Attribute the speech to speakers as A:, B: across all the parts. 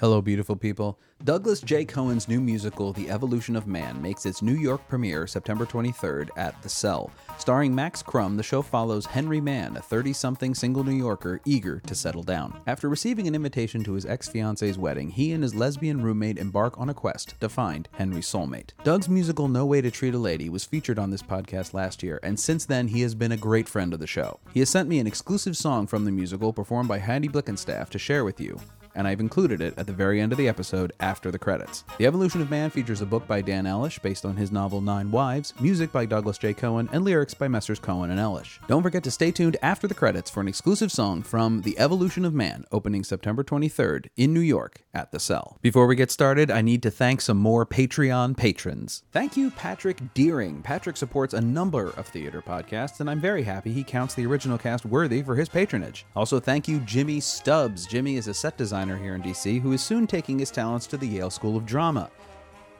A: Hello, beautiful people. Douglas J. Cohen's new musical, The Evolution of Man, makes its New York premiere September 23rd at The Cell. Starring Max Crum, the show follows Henry Mann, a 30 something single New Yorker eager to settle down. After receiving an invitation to his ex fiance's wedding, he and his lesbian roommate embark on a quest to find Henry's soulmate. Doug's musical, No Way to Treat a Lady, was featured on this podcast last year, and since then, he has been a great friend of the show. He has sent me an exclusive song from the musical performed by Heidi Blickenstaff to share with you and I've included it at the very end of the episode after the credits. The Evolution of Man features a book by Dan Elish based on his novel Nine Wives, music by Douglas J. Cohen, and lyrics by Messrs. Cohen and Elish. Don't forget to stay tuned after the credits for an exclusive song from The Evolution of Man, opening September 23rd in New York at The Cell. Before we get started, I need to thank some more Patreon patrons. Thank you, Patrick Deering. Patrick supports a number of theater podcasts, and I'm very happy he counts the original cast worthy for his patronage. Also, thank you, Jimmy Stubbs. Jimmy is a set designer here in DC who is soon taking his talents to the Yale School of Drama.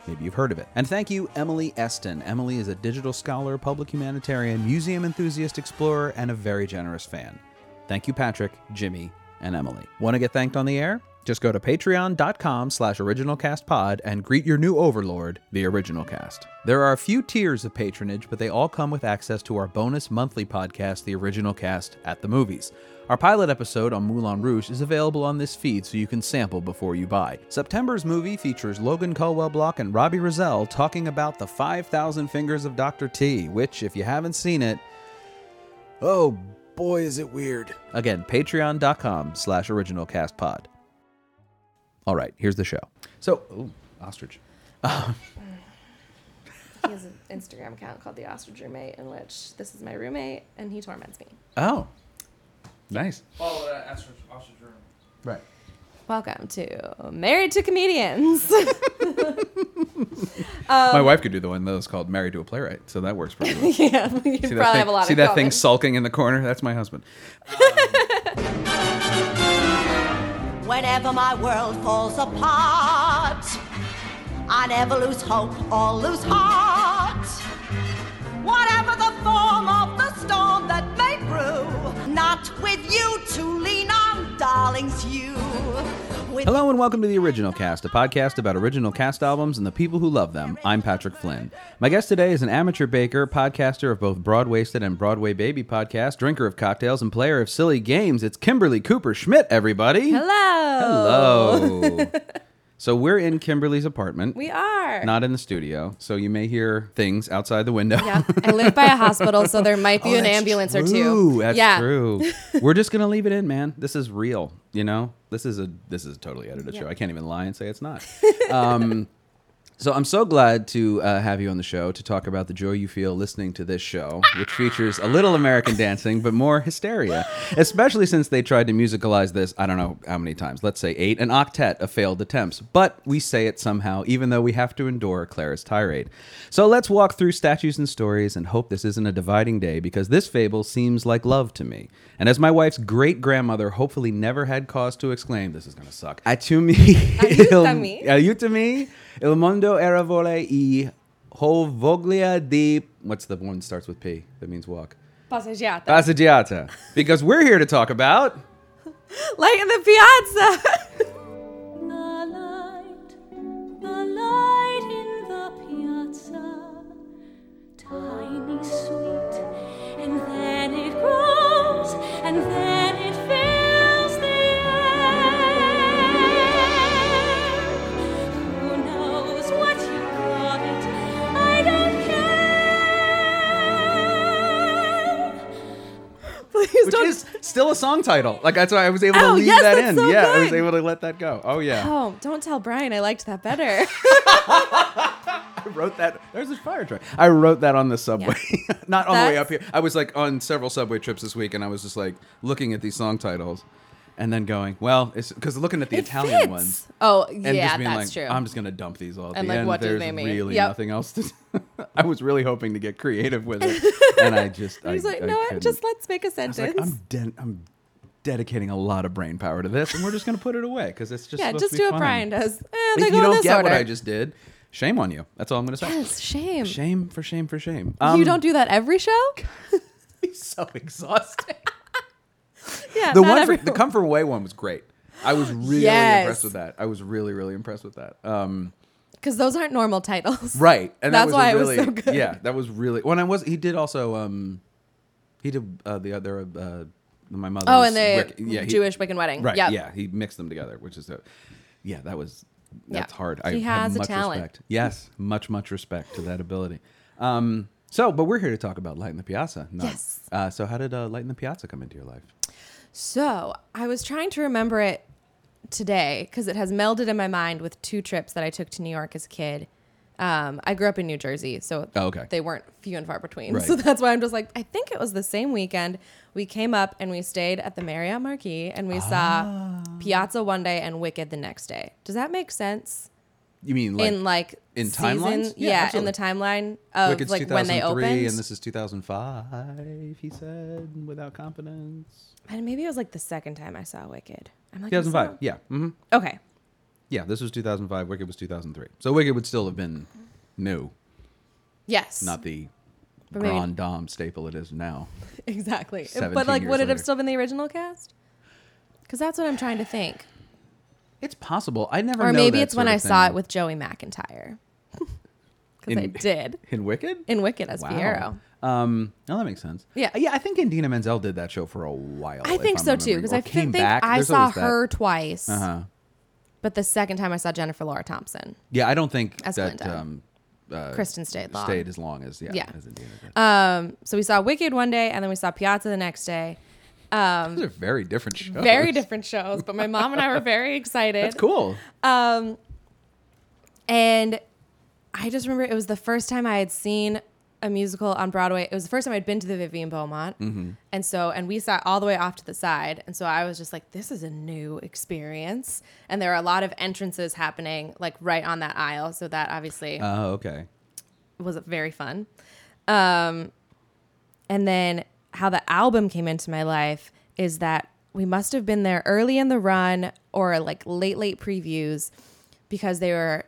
A: Maybe you've heard of it. And thank you, Emily Eston. Emily is a digital scholar, public humanitarian, museum enthusiast, explorer, and a very generous fan. Thank you, Patrick, Jimmy, and Emily. Want to get thanked on the air? Just go to patreon.com slash originalcastpod and greet your new overlord, the Original Cast. There are a few tiers of patronage, but they all come with access to our bonus monthly podcast, The Original Cast, at the movies. Our pilot episode on Moulin Rouge is available on this feed so you can sample before you buy. September's movie features Logan Colwell Block and Robbie Rizal talking about the 5,000 Fingers of Dr. T, which, if you haven't seen it, oh boy, is it weird. Again, patreon.com slash originalcastpod. All right, here's the show. So, ooh, ostrich.
B: He has an Instagram account called The Ostrich Roommate, in which this is my roommate, and he torments me.
A: Oh, nice.
C: Follow that ostrich, ostrich room.
A: Right.
B: Welcome to Married to Comedians.
A: My wife could do the one that was called "Married to a Playwright," so that works pretty well.
B: yeah, we
A: See
B: probably
A: that thing,
B: have a lot
A: see
B: of
A: that
B: common.
A: thing sulking in the corner? That's my husband.
D: Whenever my world falls apart, I never lose hope or lose heart. Whatever the form of the storm that may brew, not with you to lean on, darlings, you. With
A: Hello and welcome to the Original Cast, a podcast about original cast albums and the people who love them. I'm Patrick Flynn. My guest today is an amateur baker, podcaster of both Broadwasted and Broadway Baby podcast, drinker of cocktails, and player of silly games. It's Kimberly Cooper Schmidt, everybody.
B: Hello.
A: Hello. so we're in Kimberly's apartment.
B: We are.
A: not in the studio, so you may hear things outside the window.
B: yeah, I live by a hospital, so there might be
A: Oh,
B: an
A: that's
B: ambulance or
A: true.
B: two.
A: That's
B: yeah.
A: true. We're just gonna leave it in, man. This is real. You know, this is a this is a totally edited show. I can't even lie and say it's not. Um, so I'm so glad to uh, have you on the show to talk about the joy you feel listening to this show, which features a little American dancing but more hysteria, especially since they tried to musicalize this. I don't know how many times. Let's say eight, an octet of failed attempts, but we say it somehow, even though we have to endure Clara's tirade. So let's walk through statues and stories and hope this isn't a dividing day because this fable seems like love to me. And as my wife's great grandmother hopefully never had cause to exclaim, "This is gonna suck." Atumi,
B: Ayúdame.
A: Ayutami, Il Mondo era vole e Hovoglia di. What's the one that starts with P that means walk?
B: Passeggiata.
A: Passeggiata. Because we're here to talk about.
B: like in the piazza.
E: The light, the light in the piazza, tiny sweet, and then it grows, and then it fills the air. Who knows what you call it? I don't care.
B: Please
A: Which
B: don't.
A: is still a song title. Like, that's why I was able to
B: Oh,
A: leave
B: yes,
A: that
B: that's
A: in.
B: so
A: yeah, I was
B: good.
A: able to let that go. Oh, yeah.
B: oh, don't tell Brian. I liked that better.
A: I wrote that. There's a fire truck. I wrote that on the subway. Not on the way
B: That's-
A: up here. I was like on several subway trips this week, and I was just like looking at these song titles. And then going, well, it's because looking at the Italian
B: Fits.
A: ones,
B: Oh,
A: and
B: yeah,
A: just being
B: that's
A: like,
B: true.
A: I'm just gonna dump these all at
B: And,
A: the
B: like,
A: end.
B: what do
A: There's
B: they mean?
A: really
B: Yep.
A: nothing else to. do. I was really hoping to get creative with it, and I just. I,
B: He's like,
A: I
B: no, what?
A: couldn't.
B: just let's make a
A: I was
B: sentence.
A: like, I'm de- I'm dedicating a lot of brain power to this, and we're just gonna put it away because it's just.
B: yeah,
A: supposed
B: just
A: to be
B: do what
A: fun.
B: Brian does. Eh, they
A: If you
B: go in
A: don't
B: this
A: get
B: order.
A: what I just did, shame on you. That's all I'm gonna say.
B: Yes, shame.
A: Shame Um, for shame for shame.
B: you don't do that every show.
A: so exhausting.
B: Yeah,
A: the
B: not
A: one, for,
B: every
A: the come from away one was great. I was really
B: Yes.
A: impressed with that. I was really, really impressed with that. Um,
B: Because those aren't normal titles.
A: right, and that
B: That's
A: was a
B: why it was
A: really,
B: so good.
A: Yeah, that was really. When I was, he did also. Um, he did uh, the other. Uh, my mother.
B: Oh, and the
A: yeah, he-
B: Jewish Wiccan wedding.
A: Right.
B: Yep.
A: Yeah, he mixed them together, which is a, yeah, that was that's
B: Yeah.
A: hard.
B: He
A: have
B: has a
A: much
B: talent.
A: Respect. Yes, much much respect to that ability. Um, so, but we're here to talk about Light in the Piazza. Not,
B: Yes.
A: Uh, so, how did uh, Light in the Piazza come into your life?
B: So I was trying to remember it today because it has melded in my mind with two trips that I took to New York as a kid. Um, I grew up in New Jersey, so
A: Oh, okay.
B: they weren't few and far between.
A: Right.
B: So that's why I'm just like, I think it was the same weekend. We came up and we stayed at the Marriott Marquis and we
A: Ah.
B: saw Piazza one day and Wicked the next day. Does that make sense?
A: You mean like,
B: in like
A: in
B: season,
A: timelines? Yeah,
B: Yeah, in
A: absolutely.
B: the timeline of
A: Wicked's
B: like when they opened.
A: 2003 and this is 2005? He said without confidence.
B: and maybe it was like the second time I saw Wicked. I'm like, I
A: 2005.
B: saw-
A: Yeah. hmm
B: Okay.
A: Yeah. This was 2005. Wicked was 2003. So Wicked would still have been new,
B: Yes.
A: not the
B: But maybe-
A: grand dame staple it is now.
B: Exactly.
A: 17
B: But like,
A: years
B: would it
A: later.
B: have still been the original cast? Because that's what I'm trying to think.
A: It's possible. I never.
B: Or
A: know
B: maybe
A: that
B: it's when
A: sort
B: I
A: of
B: saw
A: thing.
B: it with Joey McIntyre. Because
A: In-
B: I did
A: in Wicked.
B: in Wicked as
A: wow.
B: Piero.
A: Um, no, that makes sense.
B: Yeah.
A: yeah. I think Indina Menzel did that show for a while.
B: I
A: if
B: think
A: I'm
B: so too.
A: remembering-
B: Because
A: or
B: I thi-
A: came
B: think
A: back.
B: I
A: There's
B: saw
A: always that.
B: her twice,
A: Uh-huh.
B: but the second time I saw Jennifer Laura Thompson.
A: Yeah, I don't think
B: As
A: that
B: Glinda.
A: um, uh,
B: Kristen stayed long.
A: stayed as long as yeah,
B: Yeah.
A: as Indina did.
B: Um, so we saw Wicked one day, and then we saw Piazza the next day. Um,
A: Those are very different shows.
B: very different shows, but my mom and I were very excited.
A: That's cool.
B: Um, and I just remember it was the first time I had seen a musical on Broadway. It was the first time I'd been to the Vivian Beaumont.
A: Mm-hmm.
B: And so, and we sat all the way off to the side. And so I was just like, this is a new experience. And there are a lot of entrances happening like right on that aisle. So that obviously
A: Oh, okay.
B: was very fun. Um, and then how the album came into my life is that we must have been there early in the run or like late, late previews because they were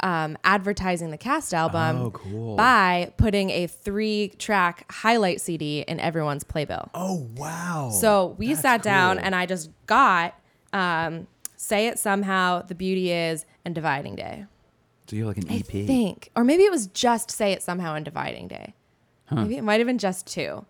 B: um, advertising the cast album
A: Oh, cool.
B: by putting a three track highlight CD in everyone's playbill.
A: Oh wow.
B: So we sat down and I just got um, Say It Somehow, The Beauty Is, and Dividing Day.
A: So you're like an E
B: I
A: EP.
B: think, or maybe it was just say it somehow on dividing day. Maybe it might have been just two.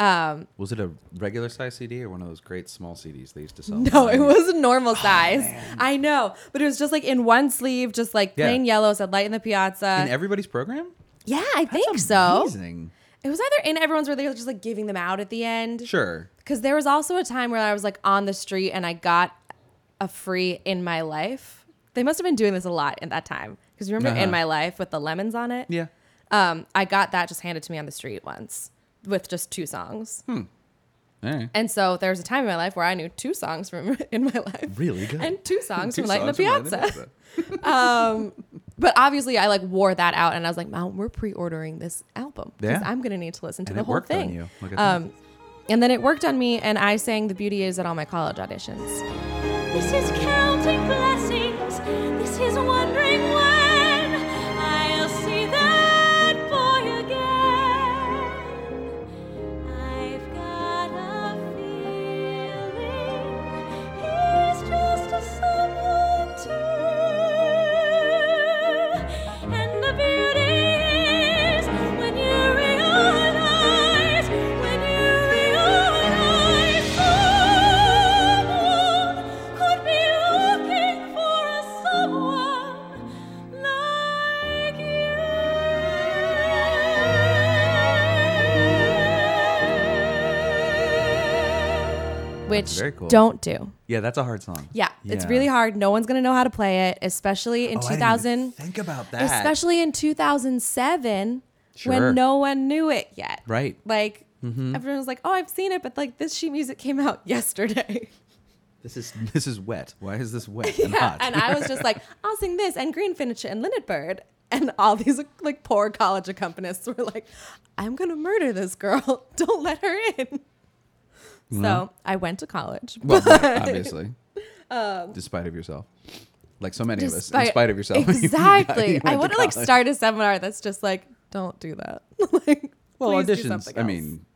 B: Um,
A: Was it a regular size CD or one of those great small CDs they used to sell?
B: no, it was a
A: Oh,
B: normal size. I know, but it was just like in one sleeve, just like
A: Yeah.
B: plain yellow said "Light in the Piazza."
A: in everybody's program.
B: yeah, I think
A: That's
B: so.
A: Amazing.
B: It was either in everyone's or they were just like giving them out at the end.
A: Sure.
B: Because there was also a time where I was like on the street and I got a free in my life. They must have been doing this a lot at that time. Because remember
A: Uh-huh.
B: in my life with the lemons on it?
A: Yeah.
B: Um, I got that just handed to me on the street once with just two songs.
A: All right.
B: And so there was a time in my life where I knew two songs from in my life.
A: Really good.
B: And two songs
A: Two
B: from Light in the
A: songs from Light in the Piazza.
B: Piazza. But obviously I like wore that out and I was like, Mom, we're pre-ordering this album. Because
A: Yeah.
B: I'm gonna need to listen to
A: And
B: the
A: it
B: whole
A: worked on
B: thing.
A: you. Look at
B: Um and then it worked on me and I sang The Beauty Is at all my college auditions.
E: This is counting blessings. This is wondering when I'll see that boy again. I've got a feeling he's just a someone too. And the beauty is when you realize, when you realize someone could be looking for a someone like you.
B: Which
A: very cool.
B: don't do.
A: Yeah, that's a hard song.
B: Yeah, it's really hard. No one's gonna know how to play it, especially
A: Oh,
B: in
A: I
B: two
A: didn't even
B: thousand
A: Think about that.
B: especially in 2007
A: Sure.
B: when no one knew it yet.
A: Right.
B: Like
A: Mm-hmm.
B: everyone was like, "Oh, I've seen it," but like this sheet music came out yesterday.
A: This is this is wet. Why is this wet and
B: yeah,
A: hot?
B: and I was just like, "I'll sing this and Greenfinch and Linnet Bird." And all these like poor college accompanists were like, "I'm going to murder this girl. Don't let her in." So, I went to college.
A: well, right, obviously, despite of yourself, like so many of us, in
B: Um, Despite-
A: spite of yourself. you- you got-
B: Exactly.
A: you
B: I
A: went
B: want to like
A: college.
B: start a seminar that's just like, "Don't do that." like,
A: Well,
B: please do
A: auditions.
B: something
A: I
B: else.
A: mean,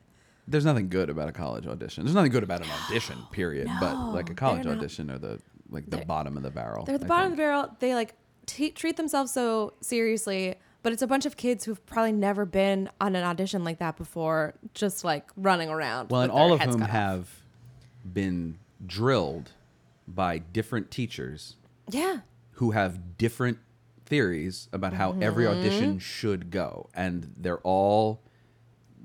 A: there's nothing good about a college audition. There's nothing good about an audition, period. but like a college
B: they're not-
A: audition or the like the
B: They're-
A: bottom of the barrel.
B: They're at the
A: I
B: bottom
A: think.
B: of the barrel. They like t- treat themselves so seriously, but it's a bunch of kids who've probably never been on an audition like that before, just like running around.
A: Well,
B: with
A: and
B: their
A: all of
B: heads
A: whom
B: cut off.
A: have been drilled by different teachers
B: Yeah.
A: who have different theories about how every
B: Mm-hmm.
A: audition should go, and they're all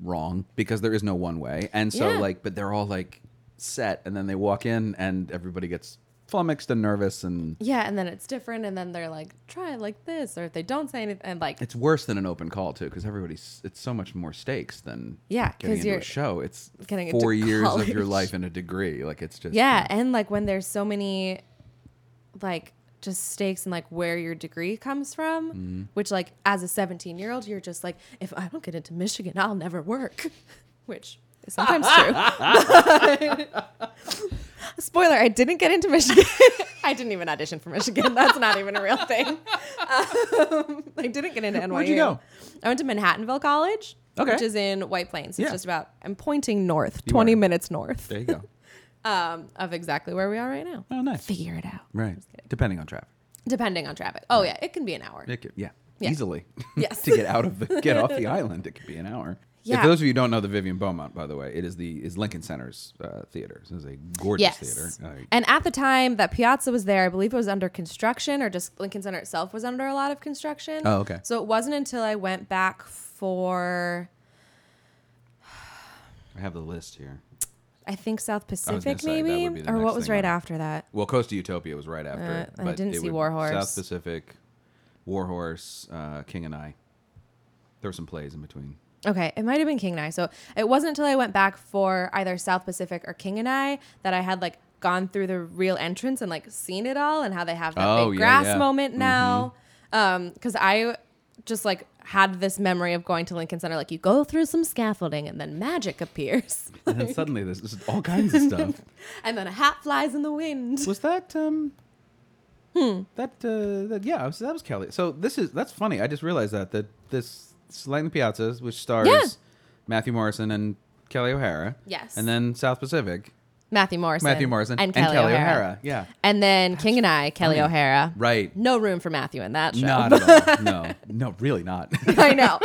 A: wrong because there is no one way. And so,
B: Yeah.
A: like, but they're all like set, and then they walk in, and everybody gets flummoxed and nervous, and
B: Yeah. And then it's different. And then they're like, try it like this. Or if they don't say anything, and like,
A: it's worse than an open call too, because everybody's it's so much more stakes than
B: Yeah,
A: getting
B: 'cause
A: into a
B: you're
A: show. It's
B: getting into
A: four years of your
B: college.
A: life and a degree, like it's just
B: yeah. And like when there's so many, like, just stakes and like where your degree comes from,
A: Mm-hmm.
B: which like as a 17 year old, you're just like, if I don't get into Michigan, I'll never work, which is sometimes true. Spoiler, I didn't get into Michigan. I didn't even audition for Michigan. That's not even a real thing. Um, I didn't get into NYU.
A: Where'd you go?
B: I went to Manhattanville College,
A: Okay.
B: which is in White Plains. It's
A: Yeah.
B: just about, I'm pointing north,
A: You
B: 20
A: are.
B: minutes north
A: There you go.
B: um, of exactly where we are right now.
A: Oh, nice.
B: Figure it out.
A: Right. Depending on traffic.
B: Depending on traffic. Oh, yeah, it can be an hour.
A: It could, yeah.
B: Yeah.
A: Easily.
B: Yes.
A: to get out of the get off the island, it could be an hour.
B: Yeah.
A: If those of you who don't know the Vivian Beaumont, by the way, it is the is Lincoln Center's uh, theater. This is a gorgeous
B: Yes.
A: theater. Uh,
B: and at the time that Piazza was there, I believe it was under construction or just Lincoln Center itself was under a lot of construction.
A: Oh, okay.
B: So it wasn't until I went back for,
A: I have the list here.
B: I think, South
A: gonna
B: Pacific,
A: say, that
B: maybe?
A: would be the
B: Or
A: next
B: what was
A: thing
B: right
A: on-
B: after that?
A: Well, Coast of Utopia was right after.
B: Uh,
A: it,
B: I didn't
A: it
B: see
A: would-
B: War Horse.
A: South Pacific, War Horse, uh, King and I. There were some plays in between.
B: Okay, it might have been King and I. So it wasn't until I went back for either South Pacific or King and I that I had like gone through the real entrance and like seen it all and how they have that
A: Oh,
B: big
A: yeah,
B: grass
A: yeah.
B: moment now. Because I just like had this memory of going to Lincoln Center, like you go through some scaffolding and then magic appears,
A: And then suddenly there's just all kinds of stuff.
B: and then a hat flies in the wind.
A: Was that um?
B: Hmm.
A: That uh, that yeah, was, that was Kelly. So this is that's funny. I just realized that that this Slang the Piazzas, which stars
B: Yeah.
A: Matthew Morrison and Kelly O'Hara.
B: Yes.
A: And then South Pacific,
B: Matthew Morrison,
A: Matthew Morrison
B: and Kelly, O'Hara.
A: Yeah.
B: and then King and I, Kelly
A: funny.
B: O'Hara.
A: Right.
B: No room for Matthew in that show.
A: Not at all. No. No, really not.
B: I know.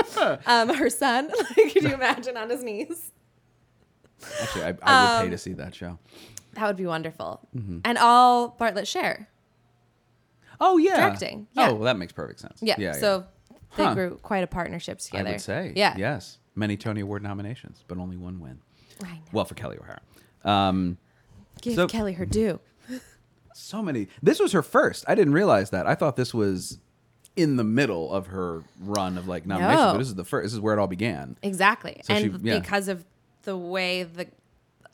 B: Um, her son, like, could you imagine on his knees?
A: Actually, I, I would
B: Um,
A: pay to see that show.
B: That would be wonderful.
A: Mm-hmm.
B: And all Bartlett share.
A: Oh yeah.
B: directing, yeah.
A: Oh, well, that makes perfect sense.
B: Yeah. so they
A: Huh.
B: grew quite a partnership
A: I
B: together.
A: would say.
B: Yeah.
A: Yes. Many Tony Award nominations, but only one win.
B: I know.
A: Well, for Kelly O'Hara. Um,
B: Give
A: so-
B: Kelly her due.
A: so many. This was her first. I didn't realize that. I thought this was in the middle of her run of like nominations,
B: No.
A: but this is the first. This is where it all began.
B: Exactly.
A: So
B: and
A: she- yeah.
B: because of the way the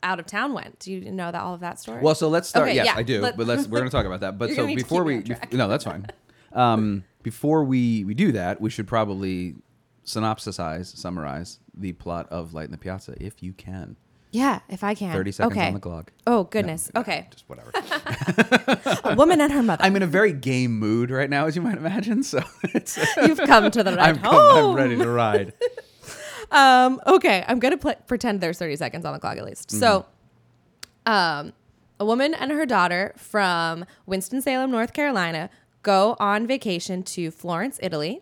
B: out of town went. Do you know that all of that story?
A: Well, so let's start.
B: Okay,
A: yes,
B: yeah,
A: I do.
B: let-
A: but let's we're going to talk about that. But
B: You're
A: so
B: gonna need to
A: before
B: keep me
A: we,
B: on track.
A: bef- no, that's fine. Um, before we we do that, we should probably synopsisize, summarize the plot of Light in the Piazza, if you can.
B: yeah, if I can.
A: Thirty seconds
B: okay.
A: on the clock.
B: Oh,
A: No,
B: goodness.
A: no,
B: okay.
A: just whatever.
B: A woman and her mother.
A: I'm in a very game mood right now, as you might imagine. So it's,
B: You've come to the right
A: I'm,
B: home.
A: I'm ready to ride.
B: Um, okay, I'm gonna pl- pretend there's 30 seconds on the clock at least. So, um, a woman and her daughter from Winston Salem, North Carolina, go on vacation to Florence, Italy,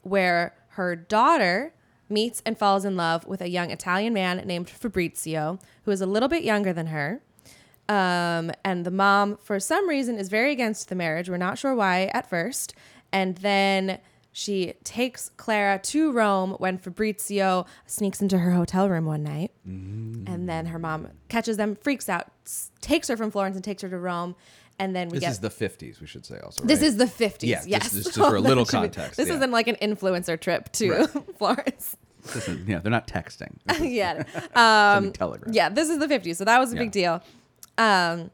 B: where her daughter meets and falls in love with a young Italian man named Fabrizio, who is a little bit younger than her. Um, and the mom, for some reason, is very against the marriage. We're not sure why at first. And then she takes Clara to Rome when Fabrizio sneaks into her hotel room one night.
A: Mm.
B: And then her mom catches them, freaks out, s- takes her from Florence and takes her to Rome. And then we
A: This
B: get.
A: is the 50s. We should say also.
B: this
A: right?
B: is the 50s.
A: Yeah, this-
B: yes.
A: this- just for a little
B: That should be-
A: context,
B: This
A: yeah.
B: isn't like an influencer trip to Florence.
A: This is- yeah. They're not texting. This is
B: yeah.
A: um, telegram.
B: Yeah, this is the 50s, so that was a big deal. Um,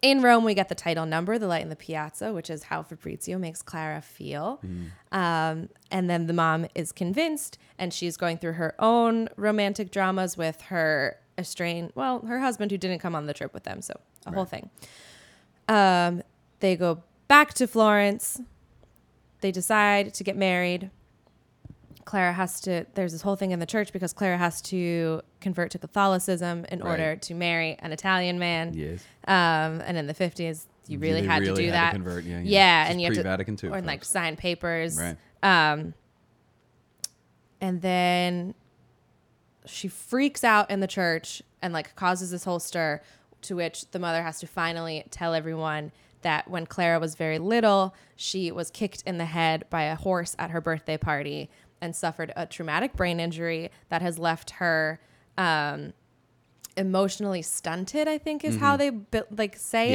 B: in Rome, we get the title number, the light in the piazza, which is how Fabrizio makes Clara feel.
A: Mm.
B: Um, and then the mom is convinced, and she's going through her own romantic dramas with her estranged, well, her husband who didn't come on the trip with them, so a whole thing. Um, they go back to Florence. They decide to get married. Clara has to. There's this whole thing in the church because Clara has to convert to Catholicism in
A: Right.
B: order to marry an Italian man.
A: Yes.
B: Um, and in the 50s, you really
A: They
B: had to
A: really
B: do
A: had to
B: that.
A: convert, yeah, yeah. This
B: and
A: is
B: you had to
A: pre-Vatican II,
B: or and, like
A: folks.
B: sign papers.
A: Right.
B: And then she freaks out in the church and like causes this whole stir to which the mother has to finally tell everyone that when Clara was very little, she was kicked in the head by a horse at her birthday party and suffered a traumatic brain injury that has left her um, emotionally stunted, I think is how they bu- like say
A: Mm-hmm.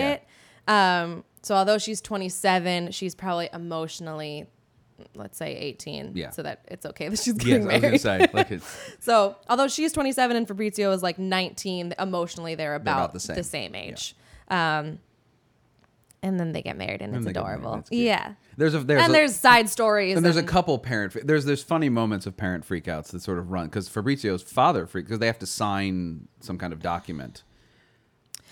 A: Yeah.
B: it. Um, so although she's 27, she's probably emotionally let's say 18
A: Yeah.
B: so that it's okay that she's
A: Yes,
B: getting
A: I was
B: married.
A: gonna say like it's
B: So, although she's 27 and Fabrizio is like 19, emotionally they're about,
A: about the same.
B: age. Um, and then they get married, and,
A: And
B: it's
A: they get married,
B: adorable.
A: that's cute.
B: Yeah.
A: There's a there's
B: and
A: a,
B: there's side stories.
A: and there's a couple parent there's there's funny moments of parent freakouts that sort of run because Fabrizio's father freak because they have to sign some kind of document.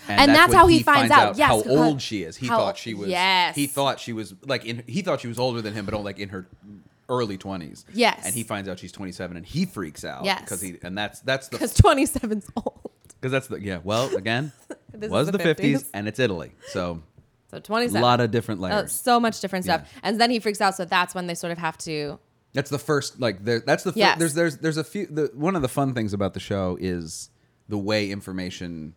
B: And that's
A: when
B: how he finds out, yes,
A: how
B: because-
A: old she is. He
B: how-
A: thought she was.
B: yes.
A: He thought she was like in. He thought she was older than him, but only like in her early twenties.
B: Yes.
A: And he finds out she's twenty seven, and he freaks out.
B: Yes.
A: Because he and that's that's the
B: Because 27's old.
A: because that's the yeah. Well, again,
B: This is
A: was
B: the
A: the fifties
B: 50s.
A: and it's Italy, so
B: So
A: a
B: 27.
A: lot of different layers.
B: Oh, so much different stuff.
A: Yeah.
B: And then he freaks out. So that's when they sort of have to.
A: That's the first like there, that's the fir-
B: Yes.
A: there's there's there's a few the, one of the fun things about the show is the way information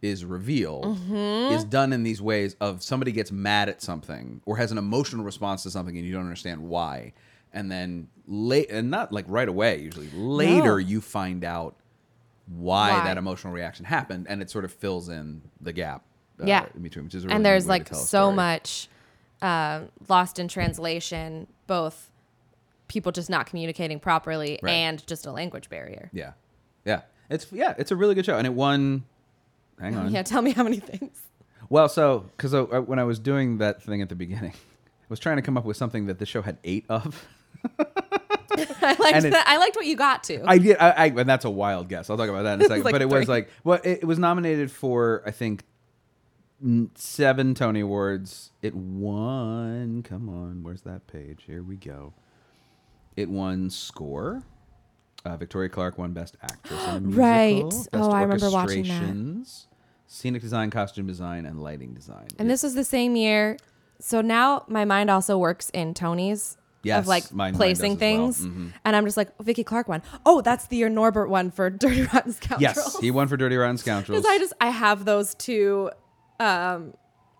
A: is revealed
B: Mm-hmm.
A: is done in these ways of somebody gets mad at something or has an emotional response to something and you don't understand why and then late and not like right away usually later
B: No.
A: you find out why,
B: Why.
A: that emotional reaction happened and it sort of fills in the gap uh,
B: Yeah.
A: in between which is a really
B: and there's
A: neat way to
B: like
A: tell a
B: so
A: story.
B: much uh, lost in translation, both people just not communicating properly
A: Right.
B: and just a language barrier.
A: yeah yeah it's yeah it's a really good show and it won hang on
B: Yeah, tell me how many things.
A: Well, so because uh, when I was doing that thing at the beginning, I was trying to come up with something that the show had eight of.
B: I liked
A: And it-
B: that. I liked what you got to.
A: I did, I, I, and that's a wild guess. I'll talk about that in a second.
B: like
A: but it was
B: three.
A: like, well, it, it was nominated for I think n- seven Tony Awards. It won. Come on, where's that page? Here we go. It won score. Uh, Victoria Clark won Best Actress in a Musical.
B: Right.
A: Best
B: Oh, I remember watching that.
A: Orchestrations, Scenic design, costume design, and lighting design.
B: and
A: It-
B: this was the same year. So now my mind also works in Tony's
A: Yes,
B: of like
A: mine- mine
B: placing
A: does as well. Mm-hmm.
B: things. And I'm just like, Vicky Clark won. Oh, that's the year Norbert won for Dirty Rotten Scoundrels.
A: Yes, he won for Dirty Rotten Scoundrels.
B: Because I just I have those two um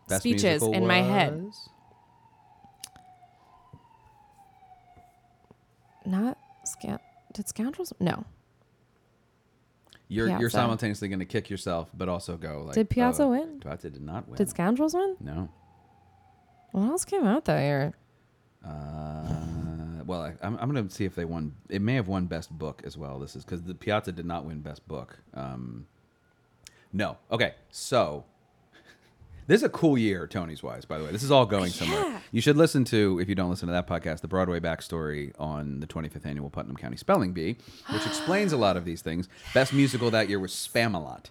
A: Best
B: speeches
A: musical
B: in my head.
A: was-
B: Not scound did scoundrels no.
A: You're you're
B: Piazza.
A: simultaneously going to kick yourself, but also go like.
B: Did Piazza
A: oh,
B: win?
A: Piazza did not win.
B: Did scoundrels win?
A: no.
B: What else came out that year?
A: Uh, well, I, I'm, I'm going to see if they won. It may have won best book as well. This is because the Piazza did not win best book. Um, no. Okay. So this is a cool year, Tony's wise. By the way, this is all going
B: Yeah.
A: somewhere. You should listen to if you don't listen to that podcast, the Broadway backstory on the 25th annual Putnam County Spelling Bee, which explains a lot of these things. Best musical that year was Spamalot.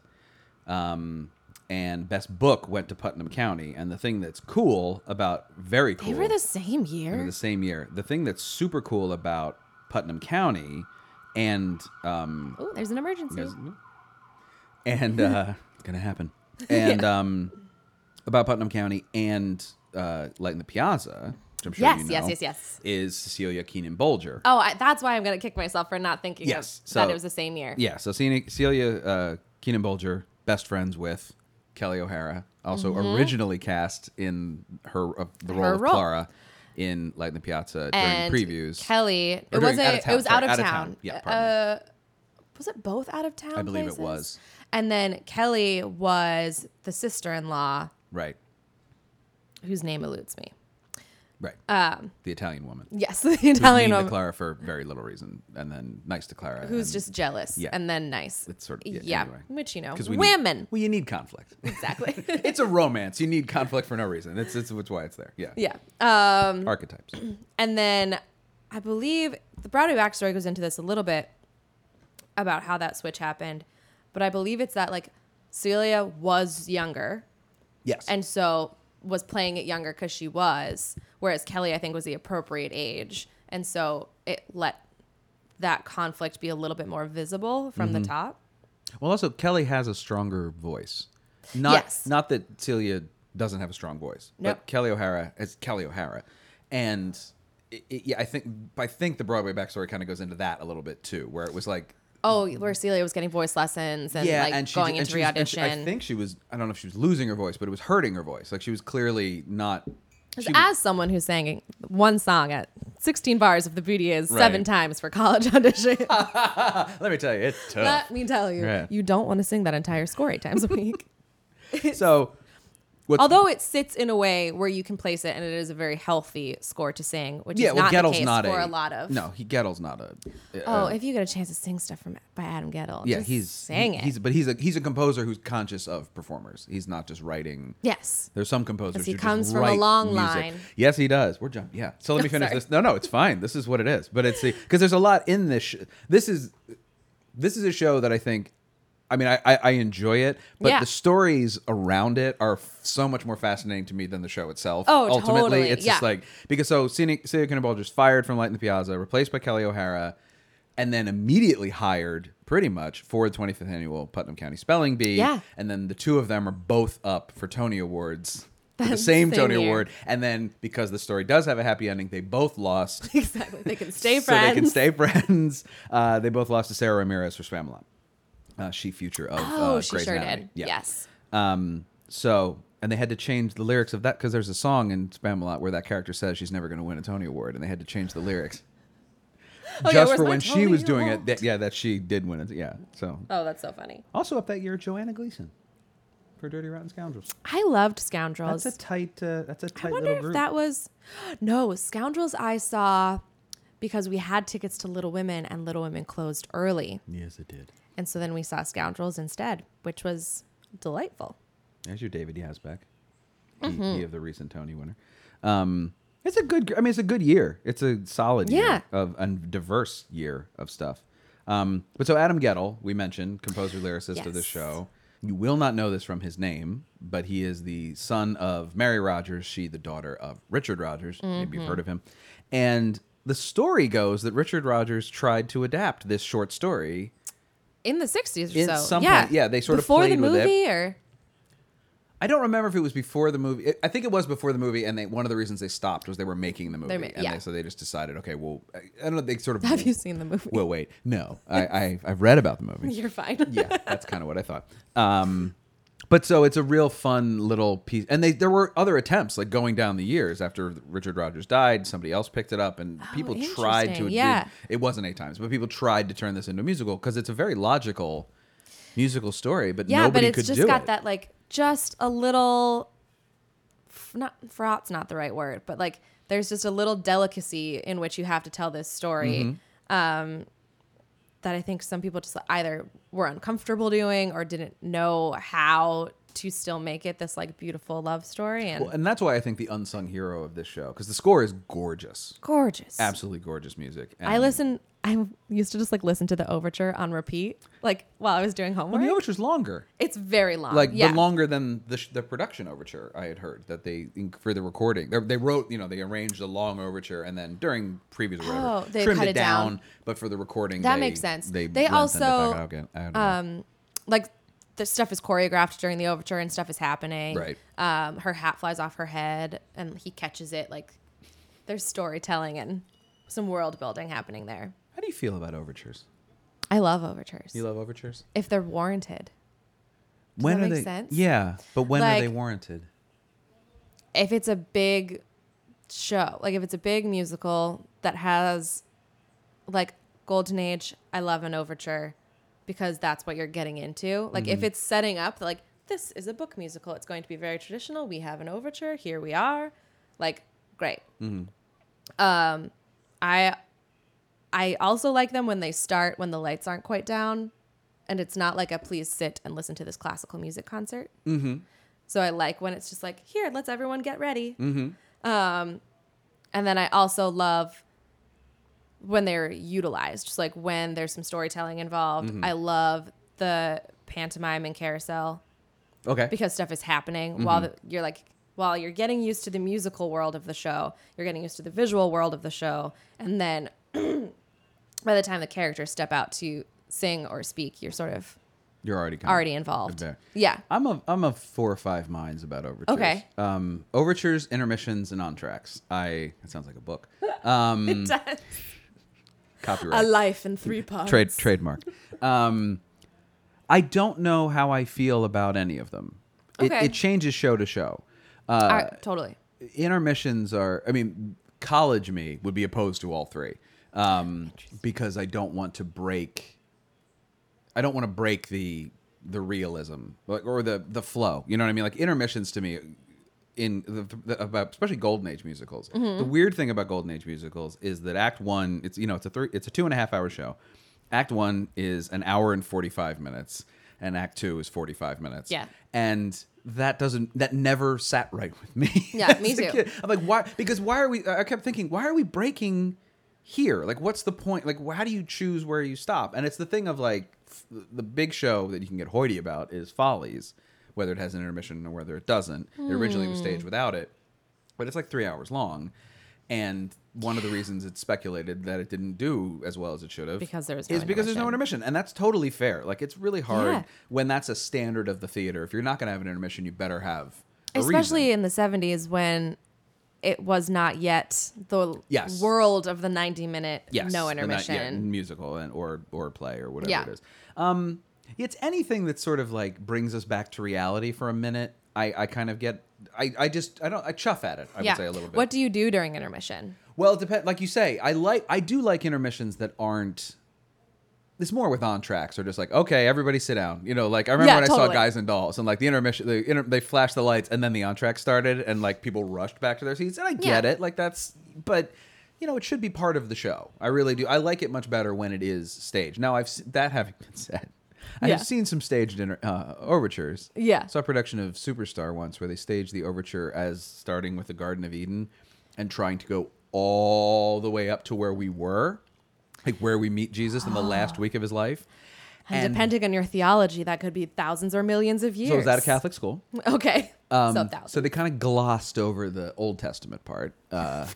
A: Um, and best book went to Putnam County. And the thing that's cool about very cool
B: They were the same
A: they were
B: year.
A: the same year. The thing that's super cool about Putnam County and um
B: Oh, there's an emergency.
A: and uh it's gonna happen. And um about Putnam County and uh Light in the Piazza, which I'm sure
B: Yes,
A: you know.
B: yes, yes, yes.
A: Is Cecilia Keenan Bolger.
B: Oh, I, that's why I'm gonna kick myself for not thinking
A: Yes,
B: of, that
A: so-
B: it was the same year.
A: Yeah, so Cena- Celia uh, Keenan Bolger, best friends with Kelly O'Hara, also originally cast in her uh, the role
B: Mm-hmm. Her
A: of
B: role.
A: Clara in Light in the Piazza
B: and
A: during previews.
B: Kelly,
A: Or
B: it
A: during
B: was
A: Out of
B: a,
A: Town,
B: it was
A: sorry,
B: out of,
A: Out of
B: town.
A: Town. Yeah,
B: uh,
A: pardon
B: was it both out of town?
A: I believe it
B: places?
A: was.
B: And then Kelly was the sister-in-law
A: right,
B: whose name eludes me.
A: right. Um, the Italian woman.
B: Yes, the
A: who's mean
B: Italian
A: to
B: woman
A: Clara for very little reason, and then nice to Clara.
B: who's
A: and
B: just jealous
A: Yeah.
B: and then nice.
A: it's sort of yeah,
B: yeah,
A: anyway.
B: which you know,
A: 'Cause need-
B: women
A: well, you need conflict.
B: exactly.
A: it's a romance. You need conflict for no reason. It's it's, it's why it's there. Yeah.
B: yeah. Um,
A: Archetypes.
B: And then I believe the Broadway backstory goes into this a little bit about how that switch happened, but I believe it's that like Celia was younger
A: Yes.
B: and so was playing it younger because she was, whereas Kelly I think was the appropriate age, and so it let that conflict be a little bit more visible from
A: Mm-hmm.
B: the top.
A: Well, also Kelly has a stronger voice. Not
B: Yes.
A: not that Celia doesn't have a strong voice,
B: Nope.
A: but Kelly O'Hara is Kelly O'Hara, and it, it- yeah, I think I think the Broadway backstory kind of goes into that a little bit too, where it was like
B: Oh, where Celia was getting voice lessons and
A: yeah,
B: like
A: and she
B: going
A: and
B: into
A: she was- and she-
B: re-audition.
A: I think she was I don't know if she was losing her voice, but it was hurting her voice. Like she was clearly not.
B: Because
A: she was-
B: as someone who sang one song at 16 bars of the booty is seven
A: Right.
B: times for college audition,
A: let me tell you, it's tough.
B: let me tell you,
A: Right.
B: you don't want to sing that entire score eight times a week.
A: so, what's,
B: Although it sits in a way where you can place it, and it is a very healthy score to sing, which
A: yeah,
B: is
A: well,
B: not
A: Gettle's
B: the case
A: not
B: for
A: a,
B: a, lot of.
A: no, he Gettle's not a.
B: Oh,
A: uh,
B: if you get a chance to sing stuff from by Adam Gettle,
A: yeah,
B: just
A: he's
B: sang
A: he-
B: it.
A: He's but he's a he's a composer who's conscious of performers. He's not just writing.
B: yes,
A: There's some composers.
B: 'Cause he
A: who just
B: comes from a
A: write
B: long
A: music.
B: line.
A: Yes, he does. We're jumping. Yeah. So let me finish
B: Sorry.
A: this. No, no, it's fine. This is what it is. But it's the because there's a lot in this. Sh- this is this is a show that I think. I mean, I I, I enjoy it, but
B: Yeah.
A: the stories around it are f- so much more fascinating to me than the show itself.
B: Oh,
A: ultimately,
B: totally.
A: it's just
B: Yeah.
A: like because so Celia Celia Kinnaball just fired from Light in the Piazza, replaced by Kelly O'Hara, and then immediately hired pretty much for the 25th annual Putnam County Spelling Bee.
B: Yeah.
A: And then the two of them are both up for Tony Awards. for The
B: That
A: same
B: same
A: Tony
B: year.
A: Award, and then because the story does have a happy ending, they both lost.
B: exactly. They can stay
A: so
B: friends.
A: they can stay friends. Uh, they both lost to Sarah Ramirez for Spamalot. Uh, she future of
B: Oh,
A: uh,
B: she
A: Grey's
B: sure
A: Anatomy.
B: did.
A: Yeah.
B: Yes.
A: Um, so, and they had to change the lyrics of that because there's a song in Spamalot where that character says she's never going to win a Tony Award, and they had to change the lyrics
B: Oh, yeah,
A: just
B: where's
A: for
B: my
A: when she
B: Tony
A: was doing it.
B: Award?
A: That, yeah, that she did win it. Yeah. So
B: Oh, that's so funny.
A: also up that year, Joanna Gleason for Dirty Rotten Scoundrels.
B: I loved Scoundrels.
A: That's a tight. Uh, that's a tight
B: I wonder
A: little
B: if
A: group.
B: that was no Scoundrels. I saw because we had tickets to Little Women and Little Women closed early,
A: yes, it did.
B: and so then we saw Scoundrels instead, which was delightful.
A: There's your David Yazbek. He,
B: Mm-hmm.
A: he of the recent Tony winner. Um, it's a good. gr- I mean, it's a good year. It's a solid
B: Yeah.
A: year of a diverse year of stuff. Um, but so Adam Gettle, we mentioned, composer lyricist of the
B: Yes.
A: show. You will not know this from his name, but he is the son of Mary Rogers. She, the daughter of Richard Rogers. Maybe
B: Mm-hmm.
A: you've heard of him. And the story goes that Richard Rogers tried to adapt this short story
B: In the sixties or
A: In
B: so,
A: some
B: yeah,
A: point, yeah, they sort of
B: before
A: played
B: the
A: with it.
B: movie, or
A: I don't remember if it was before the movie. I- I think it was before the movie, and they, one of the reasons they stopped was they were making the movie,
B: They're ma-
A: and
B: yeah.
A: they, so they just decided, okay, well, I, I don't know. They sort of
B: have you seen the movie?
A: Well, wait, no, I, I I've read about the movie.
B: You're fine.
A: yeah, that's kind of what I thought. Um, but so it's a real fun little piece, and they there were other attempts like going down the years after Richard Rogers died. Somebody else picked it up, and people tried to.
B: Oh, interesting. Yeah.
A: it wasn't eight times, but people tried to turn this into a musical because it's a very logical musical story, but
B: yeah, but
A: nobody
B: it's
A: could
B: just
A: do
B: got
A: it.
B: that like just a little, f- not fraught's not the right word, but like there's just a little delicacy in which you have to tell this story. Um,
A: Mm-hmm.
B: that I think some people just either were uncomfortable doing or didn't know how to still make it this like beautiful love story and
A: Well, and that's why I think the unsung hero of this show, because the score is gorgeous,
B: gorgeous.
A: absolutely gorgeous music. And
B: I listen. I used to just like listen to the overture on repeat, like while I was doing homework.
A: Well, the overture's longer,
B: it's very long.
A: like
B: yeah.
A: but longer than the, sh- the production overture I had heard that they in- for the recording they, they wrote. You know, they arranged a long overture, and then during previews or whatever,
B: Oh, they
A: trimmed
B: cut
A: it
B: it down.
A: But for the recording,
B: That
A: they-
B: makes sense.
A: They,
B: They
A: lengthened it
B: also, um,
A: back out again. I don't know.
B: like the stuff is choreographed during the overture and stuff is happening.
A: Right.
B: Um, her hat flies off her head and he catches it. Like there's storytelling and some world building happening there.
A: How do you feel about overtures?
B: I love overtures
A: You love overtures?
B: if they're warranted.
A: when
B: that
A: are
B: make
A: they?
B: sense?
A: Yeah, but when are
B: Like-
A: they warranted?
B: If it's a big show, like if it's a big musical that has like golden age, I love an overture because that's what you're getting into. Like if it's setting up like this is a book musical, it's going to be very traditional. We have an overture, here we are. Like great. Um I I also like them when they start when the lights aren't quite down and it's not like a please sit and listen to this classical music concert. Mm-hmm. So I like when it's just like here, let's everyone get ready. Mm-hmm. Um, and then I also love when they're utilized, just like when there's some storytelling involved.
A: Mm-hmm.
B: I love the pantomime and carousel
A: Okay.
B: because stuff is happening
A: Mm-hmm.
B: while the, you're like while you're getting used to the musical world of the show, you're getting used to the visual world of the show, and then by the time the characters step out to sing or speak, you're sort of
A: You're already kind of-
B: already involved.
A: there.
B: Yeah.
A: I'm a I'm a four or five minds about overtures.
B: Okay.
A: Um, overtures, intermissions, and entracts. I it sounds like a book. Copyright.
B: A life in three parts.
A: Trade trademark. Um, I don't know how I feel about any of them. It,
B: Okay.
A: it changes show to show.
B: All
A: Uh,
B: right, totally.
A: intermissions are i mean college me would be opposed to all three um, because i don't want to break i don't want to break the the realism like, or the the flow you know what i mean like intermissions to me in the, the about especially golden age musicals the weird thing about golden age musicals is that act one it's you know it's a three it's a two and a half hour show act one is an hour and 45 minutes and act two is 45 minutes
B: Yeah.
A: and that doesn't that never sat right with me
B: Yeah,
A: as
B: me
A: a
B: too.
A: kid. I'm like, why? Because why are we? I kept thinking, why are we breaking here? Like, what's the point? Like, how do you choose where you stop? And it's the thing of like f- the big show that you can get hoity about is Follies, whether it has an intermission or whether it doesn't. It originally was
B: Mm.
A: staged without it, but it's like three hours long. And one of the reasons it's speculated that it didn't do as well as it should have
B: Because there was no
A: is because there's no intermission, and that's totally fair. Like it's really hard
B: Yeah.
A: when that's a standard of the theater. If you're not going to have an intermission, you better have a
B: Especially
A: reason.
B: in the 70s when it was not yet the
A: Yes.
B: world of the 90 minute
A: yes,
B: no
A: the ni-
B: intermission.
A: yeah, mm, musical, and or or play or whatever
B: Yeah.
A: it is. Um, it's anything that sort of like brings us back to reality for a minute. I I kind of get. I, I just I don't I chuff at it. I would say a little bit.
B: What do you do during intermission?
A: Well, it depends. Like you say, I like I do like intermissions that aren't. It's more with on tracks or just like okay, everybody sit down. You know, like I remember
B: Yeah,
A: when I saw
B: totally.
A: Guys and Dolls and like the intermission, the inter- they flashed the lights and then the on track started and like people rushed back to their seats and I get
B: Yeah.
A: it, like that's but you know it should be part of the show. I really do. I like it much better when it is staged. Now I've se- that having been said, I have
B: Yeah.
A: seen some staged inter- uh, overtures.
B: Yeah.
A: saw a production of Superstar once where they staged the overture as starting with the Garden of Eden and trying to go all the way up to where we were, like where we meet Jesus in the last week of his life.
B: And, depending on your theology, that could be thousands or millions of years.
A: so it was at a Catholic school.
B: Okay.
A: Um,
B: so thousands.
A: so they kind of glossed over the Old Testament part. Uh,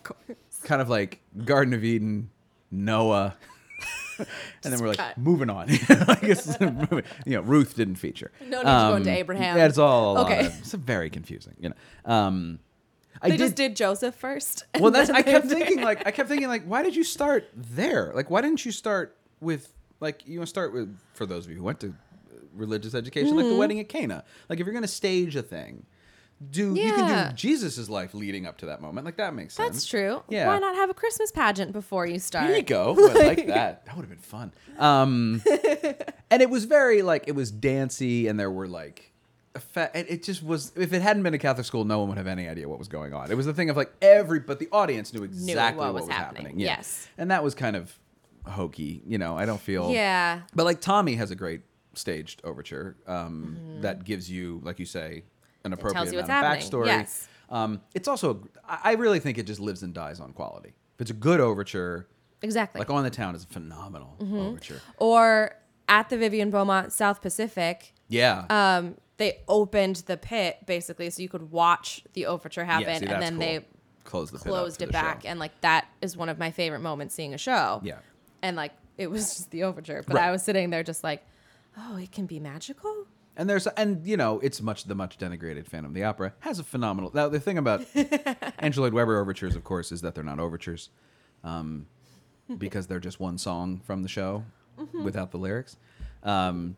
A: Kind of like Garden of Eden, Noah. and then we're like,
B: cut.
A: moving on. I guess, you know, Ruth didn't feature.
B: No need to go into Abraham.
A: That's all.
B: Okay.
A: Okay. it's very confusing, you know. Um, I
B: They just did Joseph first. and
A: Well, that's
B: then
A: I
B: they
A: kept
B: did-
A: thinking like I kept thinking like why did you start there? Like why didn't you start with like you want to start with for those of you who went to uh, religious education like the
B: Mm-hmm.
A: wedding at Cana. Like if you're going to stage a thing, do you can
B: Yeah.
A: do Jesus's life leading up to that moment. Like that makes sense.
B: That's true.
A: Yeah.
B: Why not have a Christmas pageant before you start?
A: There you go. Ooh, I like that. That would have been fun. Um, and it was very like it was dancey, and there were like, effe- it it just was. If it hadn't been a Catholic school, no one would have any idea what was going on. It was the thing of like every, but the audience knew exactly
B: what
A: what,
B: was
A: was
B: happening.
A: happening.
B: Yes.
A: and that was kind of hokey. You know, I don't feel.
B: Yeah.
A: But like Tommy has a great staged overture um, that gives you, like you say, an appropriate
B: Mm-hmm. tells you what's
A: amount of backstory.
B: happening. Yes.
A: Um, it's also, I I really think it just lives and dies on quality. If it's a good overture,
B: Exactly.
A: like On the Town is a phenomenal
B: Mm-hmm.
A: Oh, overture.
B: or at the Vivian Beaumont South Pacific,
A: Yeah.
B: um, they opened the pit basically so you could watch the overture happen,
A: yeah, see,
B: and
A: that's
B: then
A: cool.
B: they
A: closed, the pit up
B: closed
A: for
B: it
A: the
B: back,
A: show.
B: and like that is one of my favorite moments seeing a show.
A: Yeah.
B: and like it was just the overture, but
A: Right.
B: I was sitting there just like, oh, it can be magical.
A: And there's and you know it's much the much denigrated Phantom of the Opera has a phenomenal. Now the thing about Andrew Lloyd Webber overtures, of course, is that they're not overtures, um, because they're just one song from the show
B: Mm-hmm.
A: without the lyrics. Um,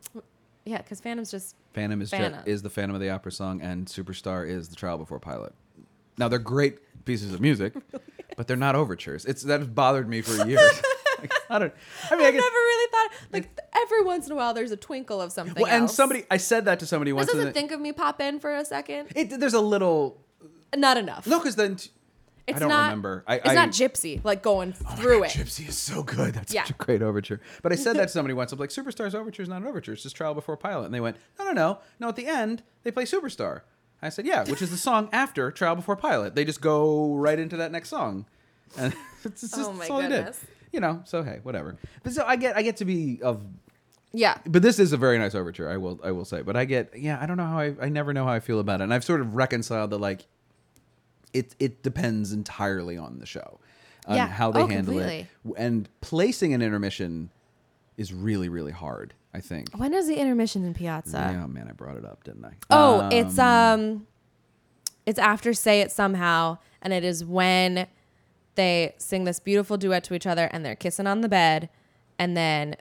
B: Yeah, because Phantom's just
A: Phantom is ju-
B: Phantom.
A: is the Phantom of the Opera song, and Superstar is the Trial Before Pilot. Now they're great pieces of music, but they're not overtures. It's that bothered me for years. Like, I don't. I mean, I
B: I've
A: guess,
B: never really thought like th- every once in a while there's a twinkle of something.
A: well, and
B: else.
A: somebody I said that to somebody
B: This
A: once.
B: doesn't
A: and
B: think of me pop in for a second.
A: it, it- there's a little
B: Not enough.
A: no, because then t- I
B: it's
A: don't
B: not,
A: remember. I,
B: it's
A: I, Oh
B: not gypsy like going through it.
A: Gypsy is so good. That's
B: Yeah.
A: such a great overture. But I said that to somebody once. I'm like, Superstar's overture is not an overture. It's just Trial Before Pilot. And they went, no, no, no. No, at the end, they play Superstar. I said, yeah, which is the song after Trial Before Pilot. They just go right into that next song. And it's just
B: Oh my
A: that's all they did.
B: goodness.
A: You know, so hey, whatever. But so I get, I get to be of,
B: Yeah.
A: but this is a very nice overture. I will, I will say. But I get, yeah, I don't know how I, I never know how I feel about it. And I've sort of reconciled that like, it it depends entirely on the show. on
B: Yeah.
A: how they
B: Oh,
A: handle
B: completely.
A: it. And placing an intermission is really, really hard, I think.
B: When is the intermission in Piazza?
A: yeah, man, I brought it up, didn't I? Uh,
B: Oh, it's um it's after say it somehow and it is when they sing this beautiful duet to each other and they're kissing on the bed and then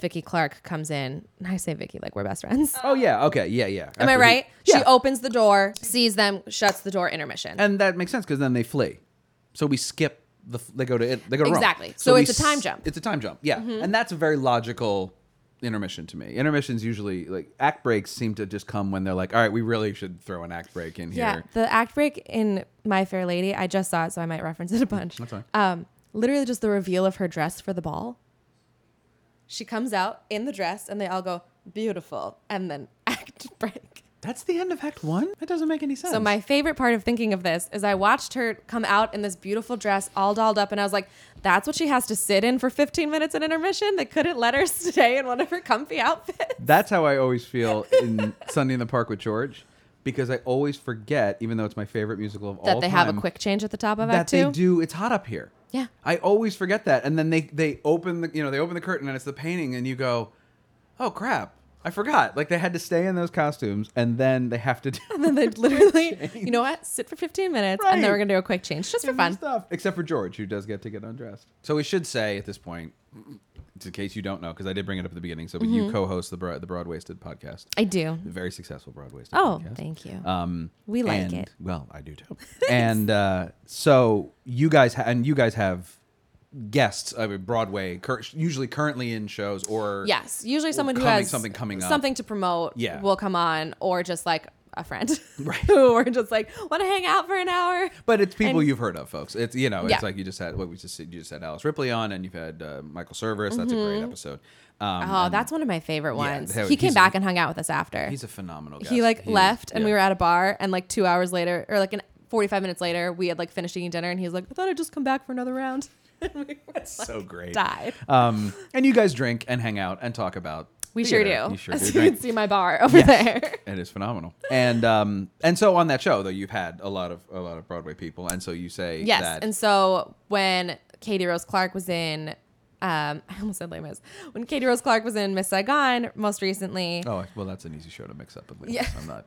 B: Vicky Clark comes in. And I say Vicky like we're best friends.
A: Oh, yeah. Okay. Yeah, yeah.
B: Am I right?
A: yeah.
B: She opens the door, sees them, shuts the door intermission.
A: and that makes sense because then they flee. So we skip the f- they go to it they go to Rome.
B: Exactly. So
A: we
B: it's a time
A: s-
B: jump. Mm-hmm.
A: It's a time jump. Yeah, and that's a very logical intermission to me. Intermissions usually like act breaks seem to just come when they're like, all right, we really should throw an act break in
B: yeah,
A: here.
B: the act break in My Fair Lady, I just saw it so I might reference it a bunch.
A: That's fine.
B: Um literally just the reveal of her dress for the ball. She comes out in the dress and they all go beautiful and then act break.
A: That's the end of Act One. That doesn't make any sense.
B: So my favorite part of thinking of this is I watched her come out in this beautiful dress, all dolled up, and I was like, "That's what she has to sit in for 15 minutes at intermission. They couldn't let her stay in one of her comfy outfits."
A: That's how I always feel in Sunday in the Park with George, because I always forget, even though it's my favorite musical of all
B: That they have a
A: time,
B: quick change at the top of
A: that
B: Act
A: they
B: Two.
A: do. It's hot up here.
B: Yeah.
A: I always forget that, and then they they open the you know they open the curtain and it's the painting, and you go, oh crap, I forgot. Like they had to stay in those costumes, and then they have to do
B: And they literally, you know what? Sit for 15 minutes, and
A: Right.
B: then we're gonna do a quick change just for fun.
A: stuff. Except for George, who does get to get undressed. So we should say at this point, in case you don't know, because I did bring it up at the beginning. So you co-host the Broad- the Broadwasted podcast,
B: Mm-hmm. I do.
A: a very successful Broadwasted.
B: Oh,
A: podcast.
B: thank you.
A: Um,
B: We like
A: and-
B: it.
A: Well, I do too. and uh, so you guys ha- and you guys have guests of Broadway, cur- usually currently in shows or
B: yes, usually
A: or
B: someone who
A: coming-
B: has
A: something coming up.
B: something to promote,
A: Yeah.
B: will come on, or just like a friend
A: Right. Mm.
B: who we're just like want to hang out for an hour.
A: But it's people
B: And-
A: you've heard of, folks. It's you know,
B: Yeah.
A: it's like you just had what we just said, you just had Alice Ripley on, and you've had uh, Michael Servus. That's a great episode. Um,
B: Mm-hmm. Oh,
A: and
B: that's one of my favorite
A: Yeah,
B: ones.
A: that-
B: he came
A: he's-
B: back and hung out with us after.
A: he's a phenomenal. Guest.
B: he like
A: is-
B: left and
A: yeah.
B: we were at a bar and like two hours later or like an 45 minutes later we had like finished eating dinner and he was like I thought I'd just come back for another round.
A: so great.
B: Die.
A: Um, and you guys drink and hang out and talk about.
B: we sure
A: theater.
B: do.
A: You sure do.
B: As you
A: drink.
B: can see my bar over
A: Yes.
B: there.
A: It is phenomenal. And um and so on that show though you've had a lot of a lot of Broadway people and so you say
B: Yes.
A: that
B: And so when Katie Rose Clark was in, um, I almost said Les Mis. When Katie Rose Clark was in Miss Saigon most recently,
A: Oh, well that's an easy show to mix up with.
B: Yeah.
A: Yeah. I'm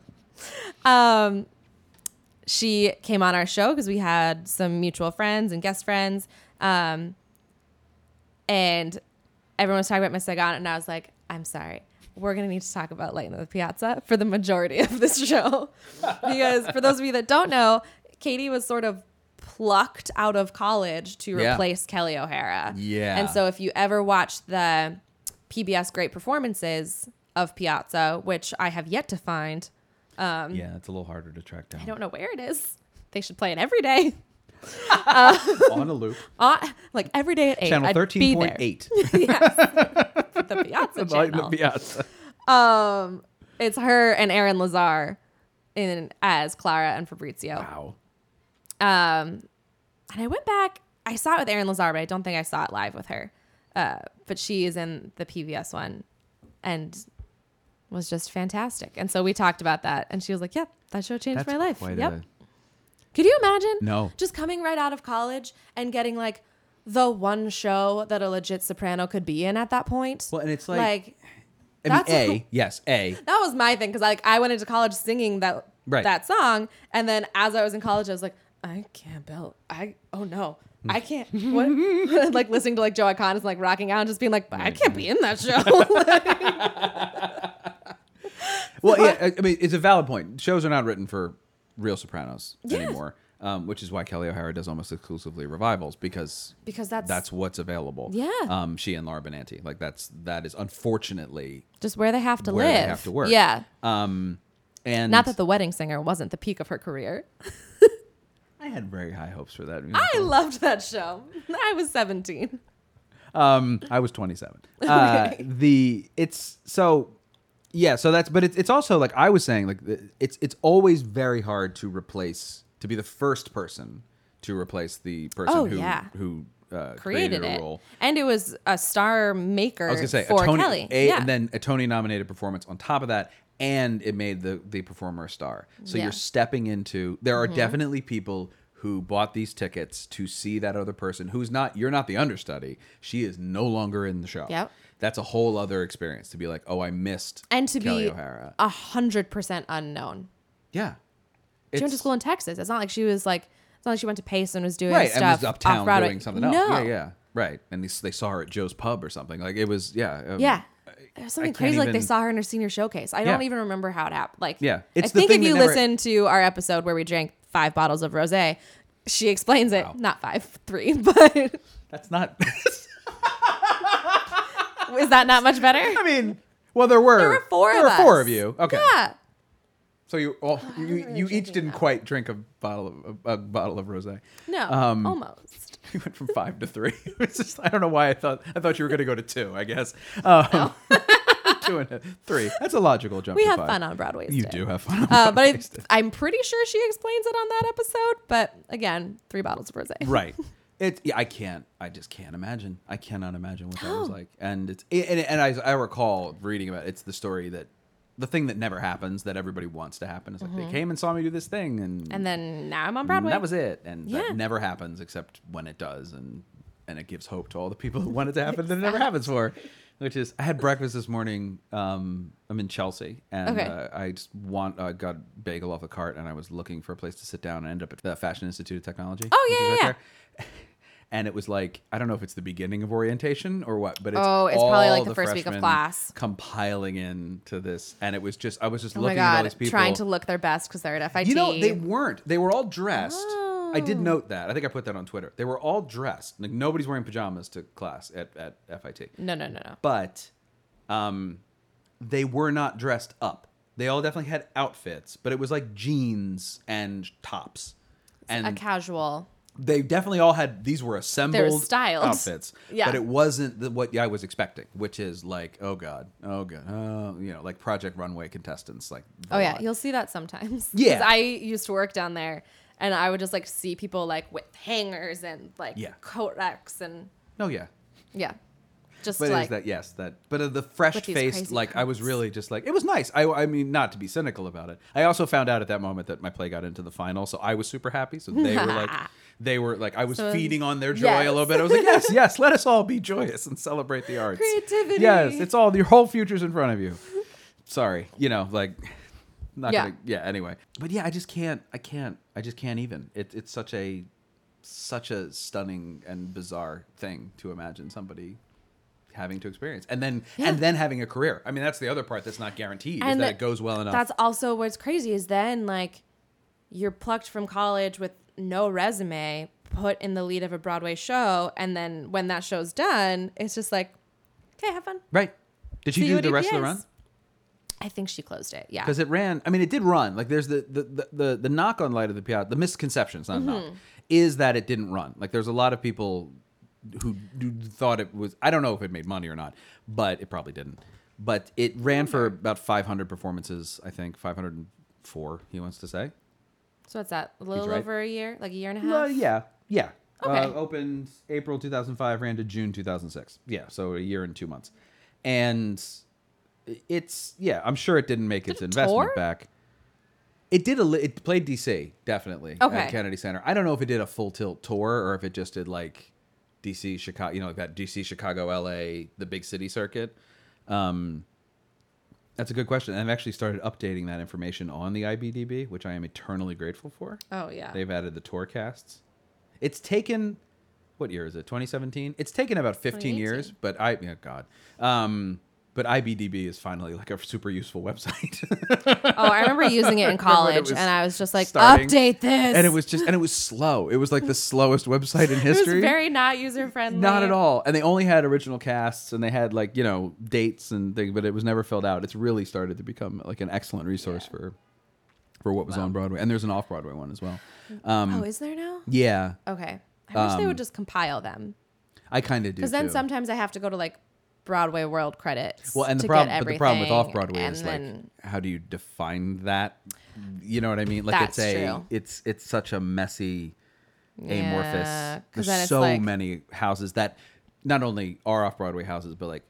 A: not.
B: um, she came on our show because we had some mutual friends and guest friends. Um, and everyone was talking about Miss Saigon, and I was like, I'm sorry. We're gonna need to talk about Light in the Piazza for the majority of this show, because for those of you that don't know, Katie was sort of plucked out of college to
A: Yeah.
B: replace Kelly O'Hara.
A: Yeah.
B: and so if you ever watch the PBS Great Performances of Piazza, which I have yet to find,
A: yeah, it's a little harder to track down.
B: Um, I don't know where it is. They should play it every day.
A: On a loop.
B: Uh, like every day at 8.
A: Channel
B: I'd be
A: thirteen point eight.
B: there. yes. the Piazza
A: Light in the
B: channel.
A: Piazza.
B: um, it's her and Aaron Lazar in as Clara and Fabrizio.
A: Wow.
B: Um, and I went back. I saw it with Aaron Lazar, but I don't think I saw it live with her. Uh, but she is in the PBS one, and was just fantastic. And so we talked about that, and she was like, "Yep, that show changed my life."
A: quite
B: Yep.
A: a-
B: Could you imagine?
A: No.
B: Just coming right out of college and getting like the one show that a legit soprano could be in at that point.
A: Well, and it's like- I mean,
B: That's
A: A,
B: what-
A: yes, A.
B: that was my thing because like I went into college singing that
A: Right.
B: that song, and then as I was in college, I was like, I can't belt. I oh no. I
A: Mm.
B: can't. What? like listening to like Joe Icon and like rocking out and just being like, I can't be in that show.
A: Well, yeah, I- I mean, it's a valid point. Shows are not written for real sopranos
B: Yes.
A: anymore, um, which is why Kelly O'Hara does almost exclusively revivals because
B: Because that's-
A: that's what's available.
B: Yeah.
A: um, she and Laura Benanti, like that's that is unfortunately
B: just where they have to
A: where
B: live.
A: they have to work.
B: Yeah.
A: um, and
B: Not that the wedding singer wasn't the peak of her career.
A: I had very high hopes for that.
B: I
A: musical.
B: loved that show. I was 17.
A: um, I was 27. Uh, the it's so yeah, so that's but it's it's also like I was saying like the- it's it's always very hard to replace to be the first person to replace the person
B: Oh,
A: who
B: yeah.
A: who uh,
B: created,
A: created, a
B: it,
A: role.
B: and it was a star maker.
A: I was gonna say
B: for
A: a Tony,
B: Kelly,
A: A,
B: yeah.
A: and then a Tony nominated performance on top of that, and it made the the performer a star. So
B: Yeah. Mm-hmm.
A: you're stepping into. There are definitely people who bought these tickets to see that other person who's not you're not the understudy. She is no longer in the show.
B: Yep.
A: That's a whole other experience to be like, oh, I missed
B: and to
A: Kelly
B: be
A: O'Hara.
B: a hundred percent unknown.
A: yeah.
B: She went to
A: It's-
B: school in Texas. It's not like she was like. It's not like she went to Pace and was doing
A: right,
B: stuff
A: and was uptown
B: off-Broadway.
A: doing something
B: no.
A: else. Yeah, yeah, right. And they, they saw her at Joe's Pub or something. Like it was, yeah, um,
B: Yeah. It was something
A: can't
B: crazy like they
A: even-
B: saw her in her senior showcase. I don't
A: Yeah.
B: even remember how it happened. Like,
A: Yeah. It's
B: I
A: the
B: think
A: thing
B: if
A: that
B: you
A: never-
B: listen to our episode where we drank five bottles of rosé, she explains it. Not five, three. But is
A: That's not.
B: that not much better?
A: I mean, well, there were
B: There were four
A: There
B: of
A: were four
B: us.
A: of you. Okay,
B: Yeah.
A: so you all you, you each didn't quite drink a bottle of a, a bottle of rosé.
B: No.
A: Um,
B: almost.
A: You went from five to three. It's just I don't know why I thought I thought you were going to go to two. I guess um, two and a- three. That's a logical jump.
B: We
A: to
B: have
A: five.
B: fun on Broadway.
A: You do have fun. on
B: Uh, but
A: Broadway.
B: I, I'm pretty sure she explains it on that episode. But again, three bottles of rosé.
A: right it yeah, i can't i just can't imagine i cannot imagine what that was like and it's and, and I, I recall reading about it. it's the story that the thing that never happens that everybody wants to happen is like they came and saw me do this thing and
B: And then now I'm on
A: and
B: Broadway.
A: Mm, that was it and
B: Yeah.
A: that never happens except when it does and and it gives hope to all the people who want it to happen that it never happens for which is i had breakfast this morning um i'm in chelsea and
B: Okay.
A: uh, i just want uh, got a bagel off the cart and i was looking for a place to sit down and I ended up at the fashion institute of technology
B: Oh,
A: which
B: yeah,
A: is
B: yeah,
A: there. and it was like i don't know if it's the beginning of orientation or what but it's
B: Oh, it's probably,
A: all
B: like, the first week of
A: freshmen
B: class.
A: compiling in to this and it was just i was just
B: Oh my
A: looking at all
B: God.
A: these people
B: Trying to look their best because they're at FIT.
A: you know, they weren't. They were all dressed. I
B: Oh.
A: did note that. I think I put that on Twitter. They were all dressed. Like nobody's wearing pajamas to class at, at FIT.
B: no, no, no, no.
A: But um they were not dressed up. They all definitely had outfits, but it was like jeans and tops. And
B: A casual.
A: they definitely all had these were assembled
B: styled.
A: outfits
B: Yeah.
A: but it wasn't the, what i was expecting which is like oh god oh god oh you know like project runway contestants like the
B: Oh yeah,
A: lot.
B: you'll see that sometimes. 'Cause
A: Yeah.
B: I used to work down there, and I would just like see people like with hangers and like
A: Yeah.
B: coat racks and
A: oh yeah
B: yeah, just
A: But it is
B: like
A: that yes that but of the fresh
B: these
A: faced
B: crazy
A: like I was
B: coats.
A: really just like it was nice I, I mean not to be cynical about it I also found out at that moment that my play got into the final so I was super happy so they were like they were like I was
B: So-
A: feeding on their joy a little
B: yes.
A: bit I was like yes yes let us all be joyous and celebrate the arts
B: Creativity.
A: yes it's all your whole future's in front of you sorry you know like not
B: Yeah.
A: gonna yeah anyway but yeah I just can't I can't I just can't even it, it's such a such a stunning and bizarre thing to imagine somebody having to experience and then and then having a career i mean that's the other part that's not guaranteed is
B: And
A: that it goes well enough
B: That's also what's crazy is then like you're plucked from college with no resume, put in the lead of a Broadway show, and then when that show's done, it's just like, okay, have fun.
A: right did she
B: See you
A: do
B: at
A: the rest of the
B: EPS.
A: run
B: I think she closed it. Yeah,
A: because it ran i mean it did run like there's the the the, the, the knock on light of the piazza the misconception it's not a
B: Mm-hmm.
A: knock is that it didn't run like there's a lot of people who, who thought it was i don't know if it made money or not but it probably didn't but it ran for about 500 performances i think 504 he wants to say
B: so what's that? A little
A: right.
B: over a year, like a year and a half.
A: Well, yeah, yeah. Uh,
B: Okay.
A: opened April 2005, ran to June 2006. Yeah, so a year and two months. And it's yeah, I'm sure it didn't make its
B: it
A: investment
B: tour?
A: back. It did a li- it played DC definitely
B: Okay.
A: at Kennedy Center. I don't know if it did a full tilt tour or if it just did like DC Chicago, you know, like that DC Chicago LA the big city circuit. Um, That's a good question. And I've actually started updating that information on the IBDB, which I am eternally grateful for.
B: Oh yeah.
A: They've added the tour casts. It's taken what year is it? 2017. It's taken about 15 years, but I yeah, god. Um but IBDB is finally like a super useful website.
B: Oh, I remember using it in
A: when it
B: college,
A: was
B: and I was just like,
A: starting.
B: update this.
A: and it was just and it was slow. It was like the slowest website in
B: It was
A: history.
B: very not user friendly.
A: Not at all. And they only had original casts and they had like, you know, dates and things, but it was never filled out. It's really started to become like an excellent resource for for what was on Broadway. And there's an off Broadway one as well.
B: oh, is there now?
A: Yeah.
B: Okay. I wish they would just compile them
A: I kind of do.
B: because then
A: too.
B: sometimes I have to go to like Broadway World credits.
A: Well, and the
B: to
A: problem,
B: get
A: but the problem with
B: everything,
A: off Broadway
B: and
A: is
B: then-
A: like, how do you define that? You know what I mean? Like, it's
B: That's
A: a,
B: true.
A: it's it's such a messy, amorphous.
B: Yeah,
A: There's
B: 'cause then it's
A: so
B: like-
A: many houses that not only are off Broadway houses, but like,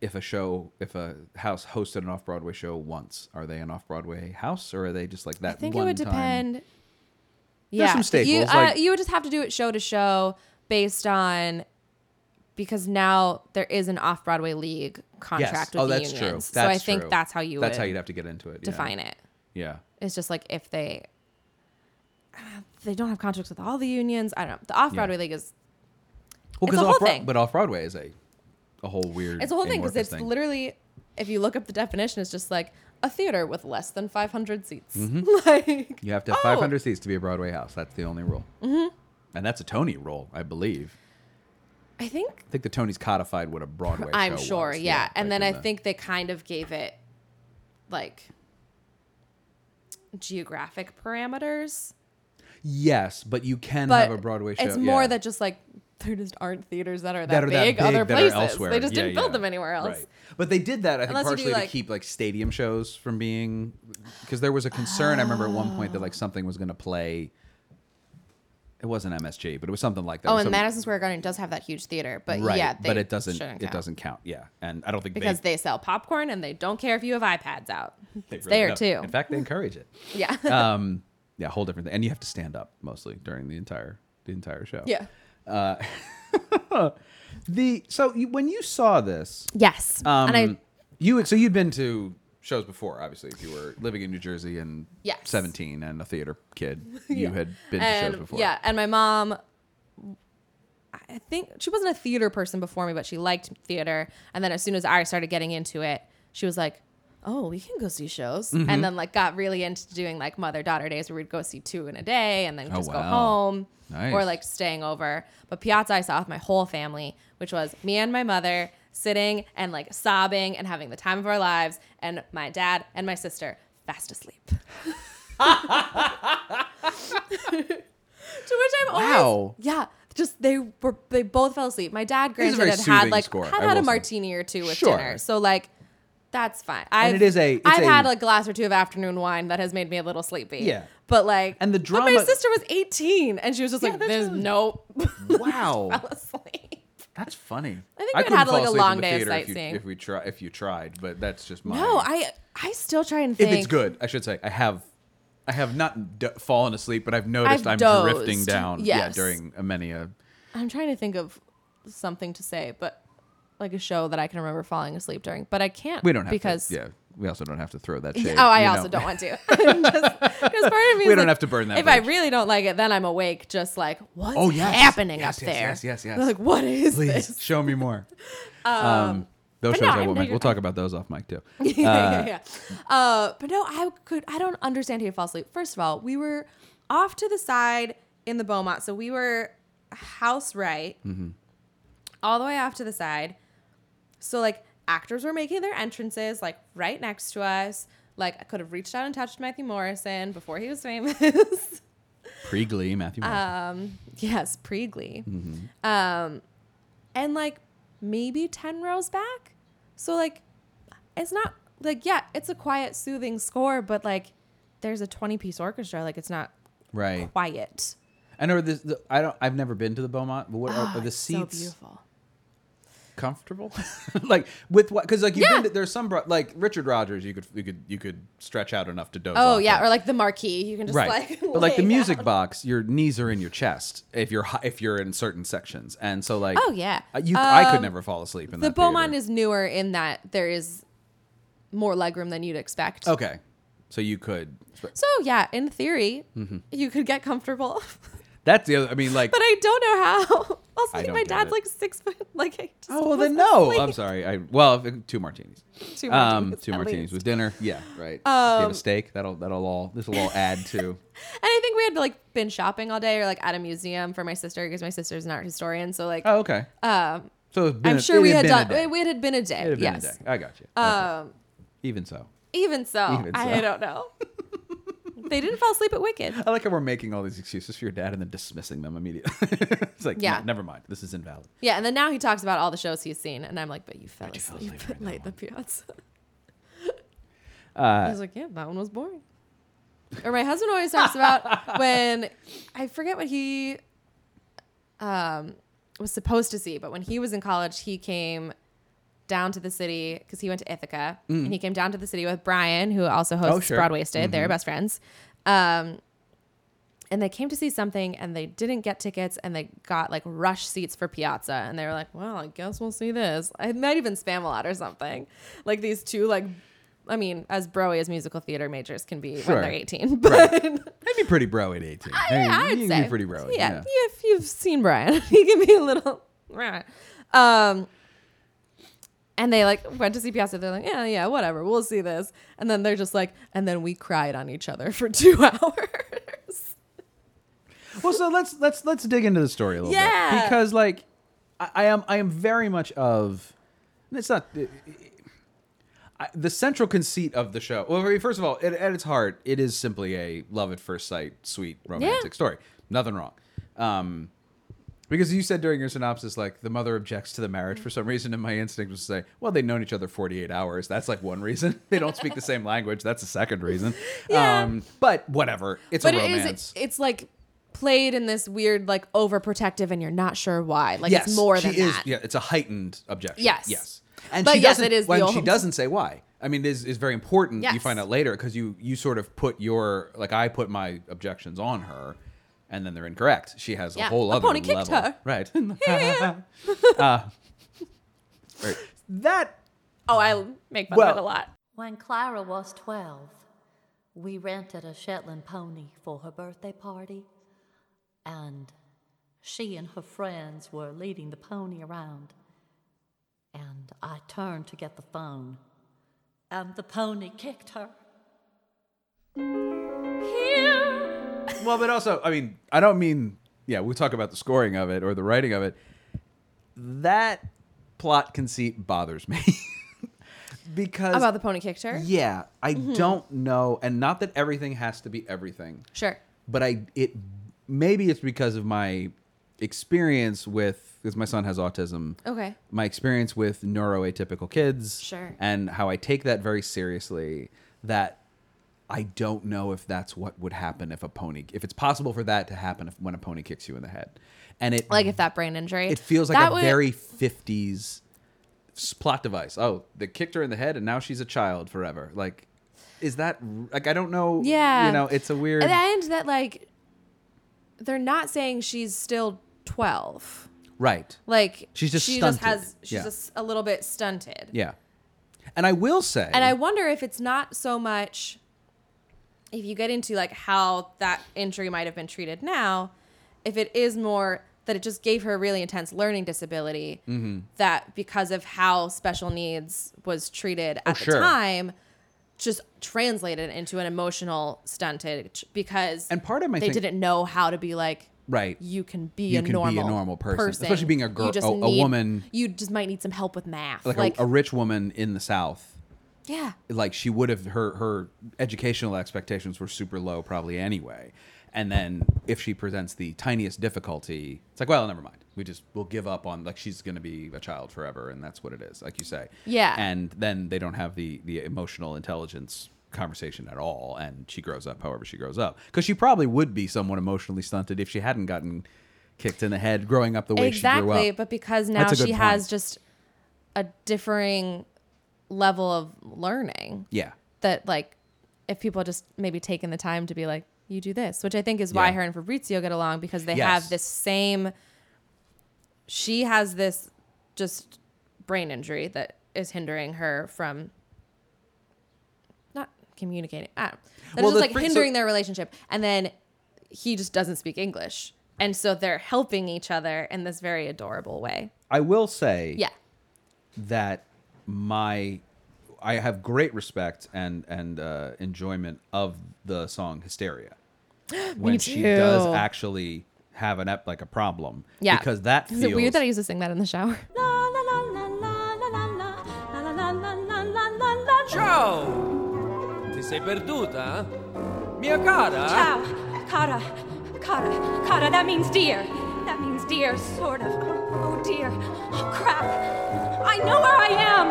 A: if a show, if a house hosted an off Broadway show once, are they an off Broadway house or are they just like that?
B: I think it
A: one
B: would
A: time?
B: depend. Yeah,
A: some staples,
B: You, uh,
A: like-
B: you would just have to do it show to show based on because now there is an off Broadway league contract with
A: oh,
B: the
A: that's true.
B: unions.
A: That's
B: so I think
A: true.
B: that's how you
A: That's
B: would
A: how you'd have to get into it.
B: define it.
A: Yeah.
B: It's just like if they uh, they don't have contracts with all the unions. I don't know. The off Broadway league is
A: Well,
B: It's a whole
A: off
B: thing.
A: but off Broadway is a a whole weird.
B: it's a whole thing because
A: amorphous
B: it's literally if you look up the definition, it's just like a theater with less than 500 seats.
A: Mm-hmm.
B: like
A: You have to have
B: oh,
A: 500 seats to be a Broadway house. That's the only rule. Mm-hmm. And that's a Tony rule, I believe.
B: I think
A: I think the Tonys codified what a Broadway.
B: I'm
A: show
B: sure,
A: was,
B: yeah. And
A: like in
B: then I
A: the-
B: think they kind of gave it like geographic parameters.
A: Yes, but you can
B: But
A: have a Broadway show.
B: it's more
A: yeah.
B: that just like there just aren't theaters that are that,
A: that are that
B: big,
A: big
B: other
A: that
B: places.
A: Are elsewhere.
B: They just
A: Yeah,
B: didn't build
A: yeah.
B: them anywhere else.
A: Right. But they did that, I think,
B: Unless you do,
A: partially to
B: like-
A: keep like stadium shows from being because there was a concern. I remember at one point that like something was going to play. It wasn't MSG, but it was something like that. It
B: Oh,
A: was
B: and
A: some-
B: Madison Square Garden does have that huge theater, but
A: right?
B: yeah, they
A: but it doesn't.
B: shouldn't
A: It
B: count.
A: doesn't count. Yeah, and I don't think
B: because
A: they,
B: they sell popcorn and they don't care if you have iPads out.
A: they
B: it's
A: really
B: there
A: don't.
B: too.
A: In fact, they encourage it.
B: yeah,
A: um, yeah, whole different thing. And you have to stand up mostly during the entire the entire show.
B: yeah,
A: The so you, when you saw this,
B: yes.
A: um,
B: and I
A: you so you'd been to shows before, obviously. If you were living in New Jersey and
B: Yes.
A: seventeen and a theater kid, you had been to
B: and
A: shows before.
B: yeah, and my mom. I think she wasn't a theater person before me, but she liked theater. And then as soon as I started getting into it, she was like, "Oh, we can go see shows,"
A: Mm-hmm.
B: and then like got really into doing like mother daughter days where we'd go see two in a day and then
A: Oh,
B: just go
A: wow.
B: home
A: Nice.
B: or like staying over. But Piazza, I saw with my whole family, which was me and my mother sitting and like sobbing and having the time of our lives, and my dad and my sister fast asleep. To which I'm
A: Wow.
B: always yeah. Just they were they both fell asleep. My dad,
A: is a
B: granted,
A: very
B: had had
A: soothing
B: like
A: score,
B: had
A: I
B: had a
A: will say.
B: martini or two with
A: Sure.
B: dinner, so like that's fine. I've,
A: it is a- it's
B: I've
A: a-
B: had a glass or two of afternoon wine that has made me a little sleepy.
A: Yeah.
B: but like
A: And the
B: but my
A: drama-
B: sister was 18 and she was just like,
A: that's
B: "There's
A: really-
B: no
A: Wow,
B: fell asleep."
A: that's funny.
B: I think I'd
A: couldn't
B: had,
A: fall
B: like, a
A: asleep in
B: long
A: the
B: day of
A: theater if you-
B: sightseeing.
A: If, we try, if you tried, but that's just my.
B: No, I I still try and
A: If
B: think
A: it's good, I should say. I have, I have not d- fallen asleep, but I've noticed
B: I've
A: am drifting
B: dozed.
A: down. Yeah,
B: Yes.
A: during a many uh, a.
B: I'm trying to think of something to say, but like a show that I can remember falling asleep during, but I can't.
A: We don't have
B: because
A: To, yeah, we also don't have to throw that shade.
B: Oh, I
A: you
B: also
A: know.
B: don't want to. Because part of me,
A: We
B: is
A: don't
B: like,
A: have to burn that
B: If I
A: bridge.
B: really don't like it, then I'm awake, just like what's
A: Oh, yes.
B: happening
A: Yes,
B: up
A: yes,
B: there.
A: yes, yes, yes.
B: They're Like what is
A: Please
B: this?
A: show me more. Um, those
B: but
A: shows
B: no, I
A: I won't
B: know
A: make.
B: you're-
A: We'll talk about those off mic too.
B: yeah, yeah, yeah. Uh, but no, I could. I don't understand how you fall asleep. First of all, we were off to the side in the Beaumont, so we were house right,
A: Mm-hmm.
B: all the way off to the side. So like actors were making their entrances like right next to us. Like I could have reached out and touched Matthew Morrison before he was famous.
A: Pre Glee, Matthew. Morrison.
B: Uh, Yes, pre Glee.
A: Mm-hmm.
B: Um, and like maybe 10 rows back. So, like, it's not like, yeah, it's a quiet, soothing score, but like, there's a 20 piece orchestra. Like, it's not
A: right.
B: quiet.
A: I know this. The, I don't. I've never been to the Beaumont, but what are, are the seats
B: Ah, So beautiful.
A: comfortable? like with what? Because like you've
B: Yeah.
A: been to, there's some bro- like Richard Rogers. You could you could you could stretch out enough to doze.
B: Oh,
A: off
B: yeah.
A: of.
B: Or like the marquee. You can just
A: right.
B: like,
A: but like the
B: lay
A: music
B: down.
A: box, your knees are in your chest if you're hi- if you're in certain sections, and so like
B: Oh, yeah.
A: uh, you I could
B: Um,
A: never fall asleep in
B: The
A: that
B: Beaumont
A: theater.
B: is newer in that there is more legroom than you'd expect.
A: okay, so you could.
B: So, yeah, in theory,
A: Mm-hmm.
B: you could get comfortable.
A: That's the other. I mean, like
B: But I don't know how. Also,
A: I
B: like,
A: don't
B: my
A: get
B: dad's
A: it.
B: like six foot. Like, I just
A: Oh well, then
B: wasn't
A: no.
B: asleep.
A: I'm sorry. I well, if- two martinis.
B: Two
A: Um,
B: martinis,
A: two
B: at
A: martinis
B: least. Um,
A: with dinner. Yeah, right. if you have a steak. That'll that'll all this will all add to.
B: And I think we had like been shopping all day or like at a museum for my sister because my sister's an art historian. So like,
A: Oh, okay.
B: um,
A: So it's been
B: I'm
A: a-
B: sure
A: it
B: we had
A: been a
B: done.
A: day.
B: It, it had been a day.
A: It had been a
B: yes.
A: day. I got you. Okay.
B: Um,
A: Even so,
B: even so,
A: Even
B: I
A: so.
B: don't know. they didn't fall asleep at Wicked.
A: I like how we're making all these excuses for your dad and then dismissing them immediately. it's like, yeah,
B: Yeah.
A: never mind. This is invalid.
B: Yeah, and then now he talks about all the shows he's seen, and I'm like, but you fell
A: fell
B: asleep
A: asleep
B: at
A: during
B: Light the Piazza. I was like, yeah, that one was boring. Or my husband always talks about when I forget what he um, was supposed to see, but when he was in college, he came down to the city because he went to Ithaca, and he came down Oh, to the city with Brian, who also hosts
A: sure.
B: Broadway Stay. They're best friends. Um, and they came to see something and they didn't get tickets and they got like rush seats for Piazza and they were like, well, I guess we'll see this. It might even Spamalot or something. Like these two, like, I mean, as broy as musical theater majors can be
A: Sure.
B: when they're 18, but
A: I'd be pretty bro at 18. I, mean,
B: yeah, I'd
A: you can
B: say
A: be pretty bro.
B: Yeah,
A: yeah.
B: if you've seen Brian, he can be a little. Right. Um, and they like went to see Piazza. They're like, yeah, yeah, whatever. We'll see this. And then they're just like, and then we cried on each other for two hours.
A: well so let's let's let's dig into the story a little bit
B: Yeah.
A: because like I, I am i am very much of and it's not I, the central conceit of the show well I mean, first of all it, at its heart it is simply a love at first sight sweet romantic
B: Yeah.
A: story nothing wrong um because you said during your synopsis like the mother objects to the marriage for some reason and my instinct was to say well they've known each other 48 hours that's like one reason they don't speak the same language that's a second reason
B: Yeah.
A: um but whatever it's
B: but
A: a
B: it
A: romance
B: is. It's like played in this weird, like overprotective, and you're not sure why. Like
A: yes,
B: it's more
A: she
B: than
A: is,
B: that.
A: Yeah, it's a heightened objection.
B: Yes.
A: yes, and
B: But
A: she
B: yes,
A: doesn't.
B: it is the
A: when
B: old-
A: she doesn't say why. I mean, this is very important. You
B: Yes.
A: find out later because you you sort of put your like I put my objections on her, and then they're incorrect. She has a
B: Yeah.
A: whole
B: A
A: other
B: pony kicked
A: level,
B: her.
A: right? uh, right. That
B: Oh, I make fun
A: Well-
B: of it a lot.
F: When Clara was 12, we rented a Shetland pony for her birthday party, and she and her friends were leading the pony around. And I turned to get the phone, and the pony kicked her.
E: Here,
A: well, but also, I mean, I don't mean yeah. We'll talk about the scoring of it or the writing of it. That plot conceit bothers me because
B: About the pony kicked her.
A: Yeah, I don't know, and not that everything has to be everything,
B: Sure.
A: but I it maybe it's because of my experience with because my son has autism.
B: Okay.
A: My experience with neuroatypical kids,
B: Sure.
A: and how I take that very seriously. That I don't know if that's what would happen if a pony, if it's possible for that to happen if, when a pony kicks you in the head, and it
B: Like if that brain injury.
A: it feels like
B: That
A: a
B: would-
A: very 50s s- plot device. Oh, they kicked her in the head and now she's a child forever. Like, is that r- like I don't know?
B: Yeah.
A: you know, it's a weird.
B: And that like they're not saying she's still 12.
A: right.
B: Like
A: She's just
B: she
A: stunted.
B: just has she's
A: Yeah.
B: just a little bit stunted.
A: Yeah, and I will say,
B: And I wonder if it's not so much if you get into like how that injury might have been treated now, if it is more that it just gave her a really intense learning disability
A: Mm-hmm.
B: that because of how special needs was treated at the
A: Oh, sure.
B: time just translated into an emotional stunted because
A: And part of my
B: they
A: thing-
B: didn't know how to be like
A: right.
B: you can be,
A: You
B: a,
A: can be a
B: normal
A: normal person, especially being a girl-
B: You just
A: a- a
B: need-
A: woman.
B: You just might need some help with math.
A: like,
B: Like,
A: a- a, rich woman in the South,
B: yeah,
A: like she would have her her educational expectations were super low probably anyway. And then if she presents the tiniest difficulty, it's like, well, never mind. We just we'll give up on like she's going to be a child forever, and that's what it is, like you say.
B: Yeah.
A: And then they don't have the the emotional intelligence conversation at all, and she grows up however she grows up because she probably would be somewhat emotionally stunted if she hadn't gotten kicked in the head growing up the way she grew up.
B: exactly. But because now
A: That's a good
B: she has
A: point.
B: just a differing level of learning
A: yeah.
B: that, like, if people just maybe taken the time to be like, you do this, which I think is why
A: Yeah.
B: her and Fabrizio get along because they
A: Yes.
B: have this same. She has this just brain injury that is hindering her from not communicating. I don't, that is
A: Well, the
B: just like
A: thing- so-
B: hindering their relationship. And then he just doesn't speak English. And so they're helping each other in this very adorable way.
A: I will say.
B: Yeah.
A: that my I have great respect and and uh, enjoyment of the song Hysteria when she does
B: too.
A: actually have an ep- like a problem.
B: Yeah.
A: because that
B: Is
A: feels
B: it weird that I used to sing that in the shower?
E: la la la la la la la la la la la la la la.
C: Ciao! Ti sei perduta? Mia cara?
E: Ciao, Kara, Kara, Kara. That means dear. That means dear, sort of. Oh, oh dear. Oh crap. I know where I am.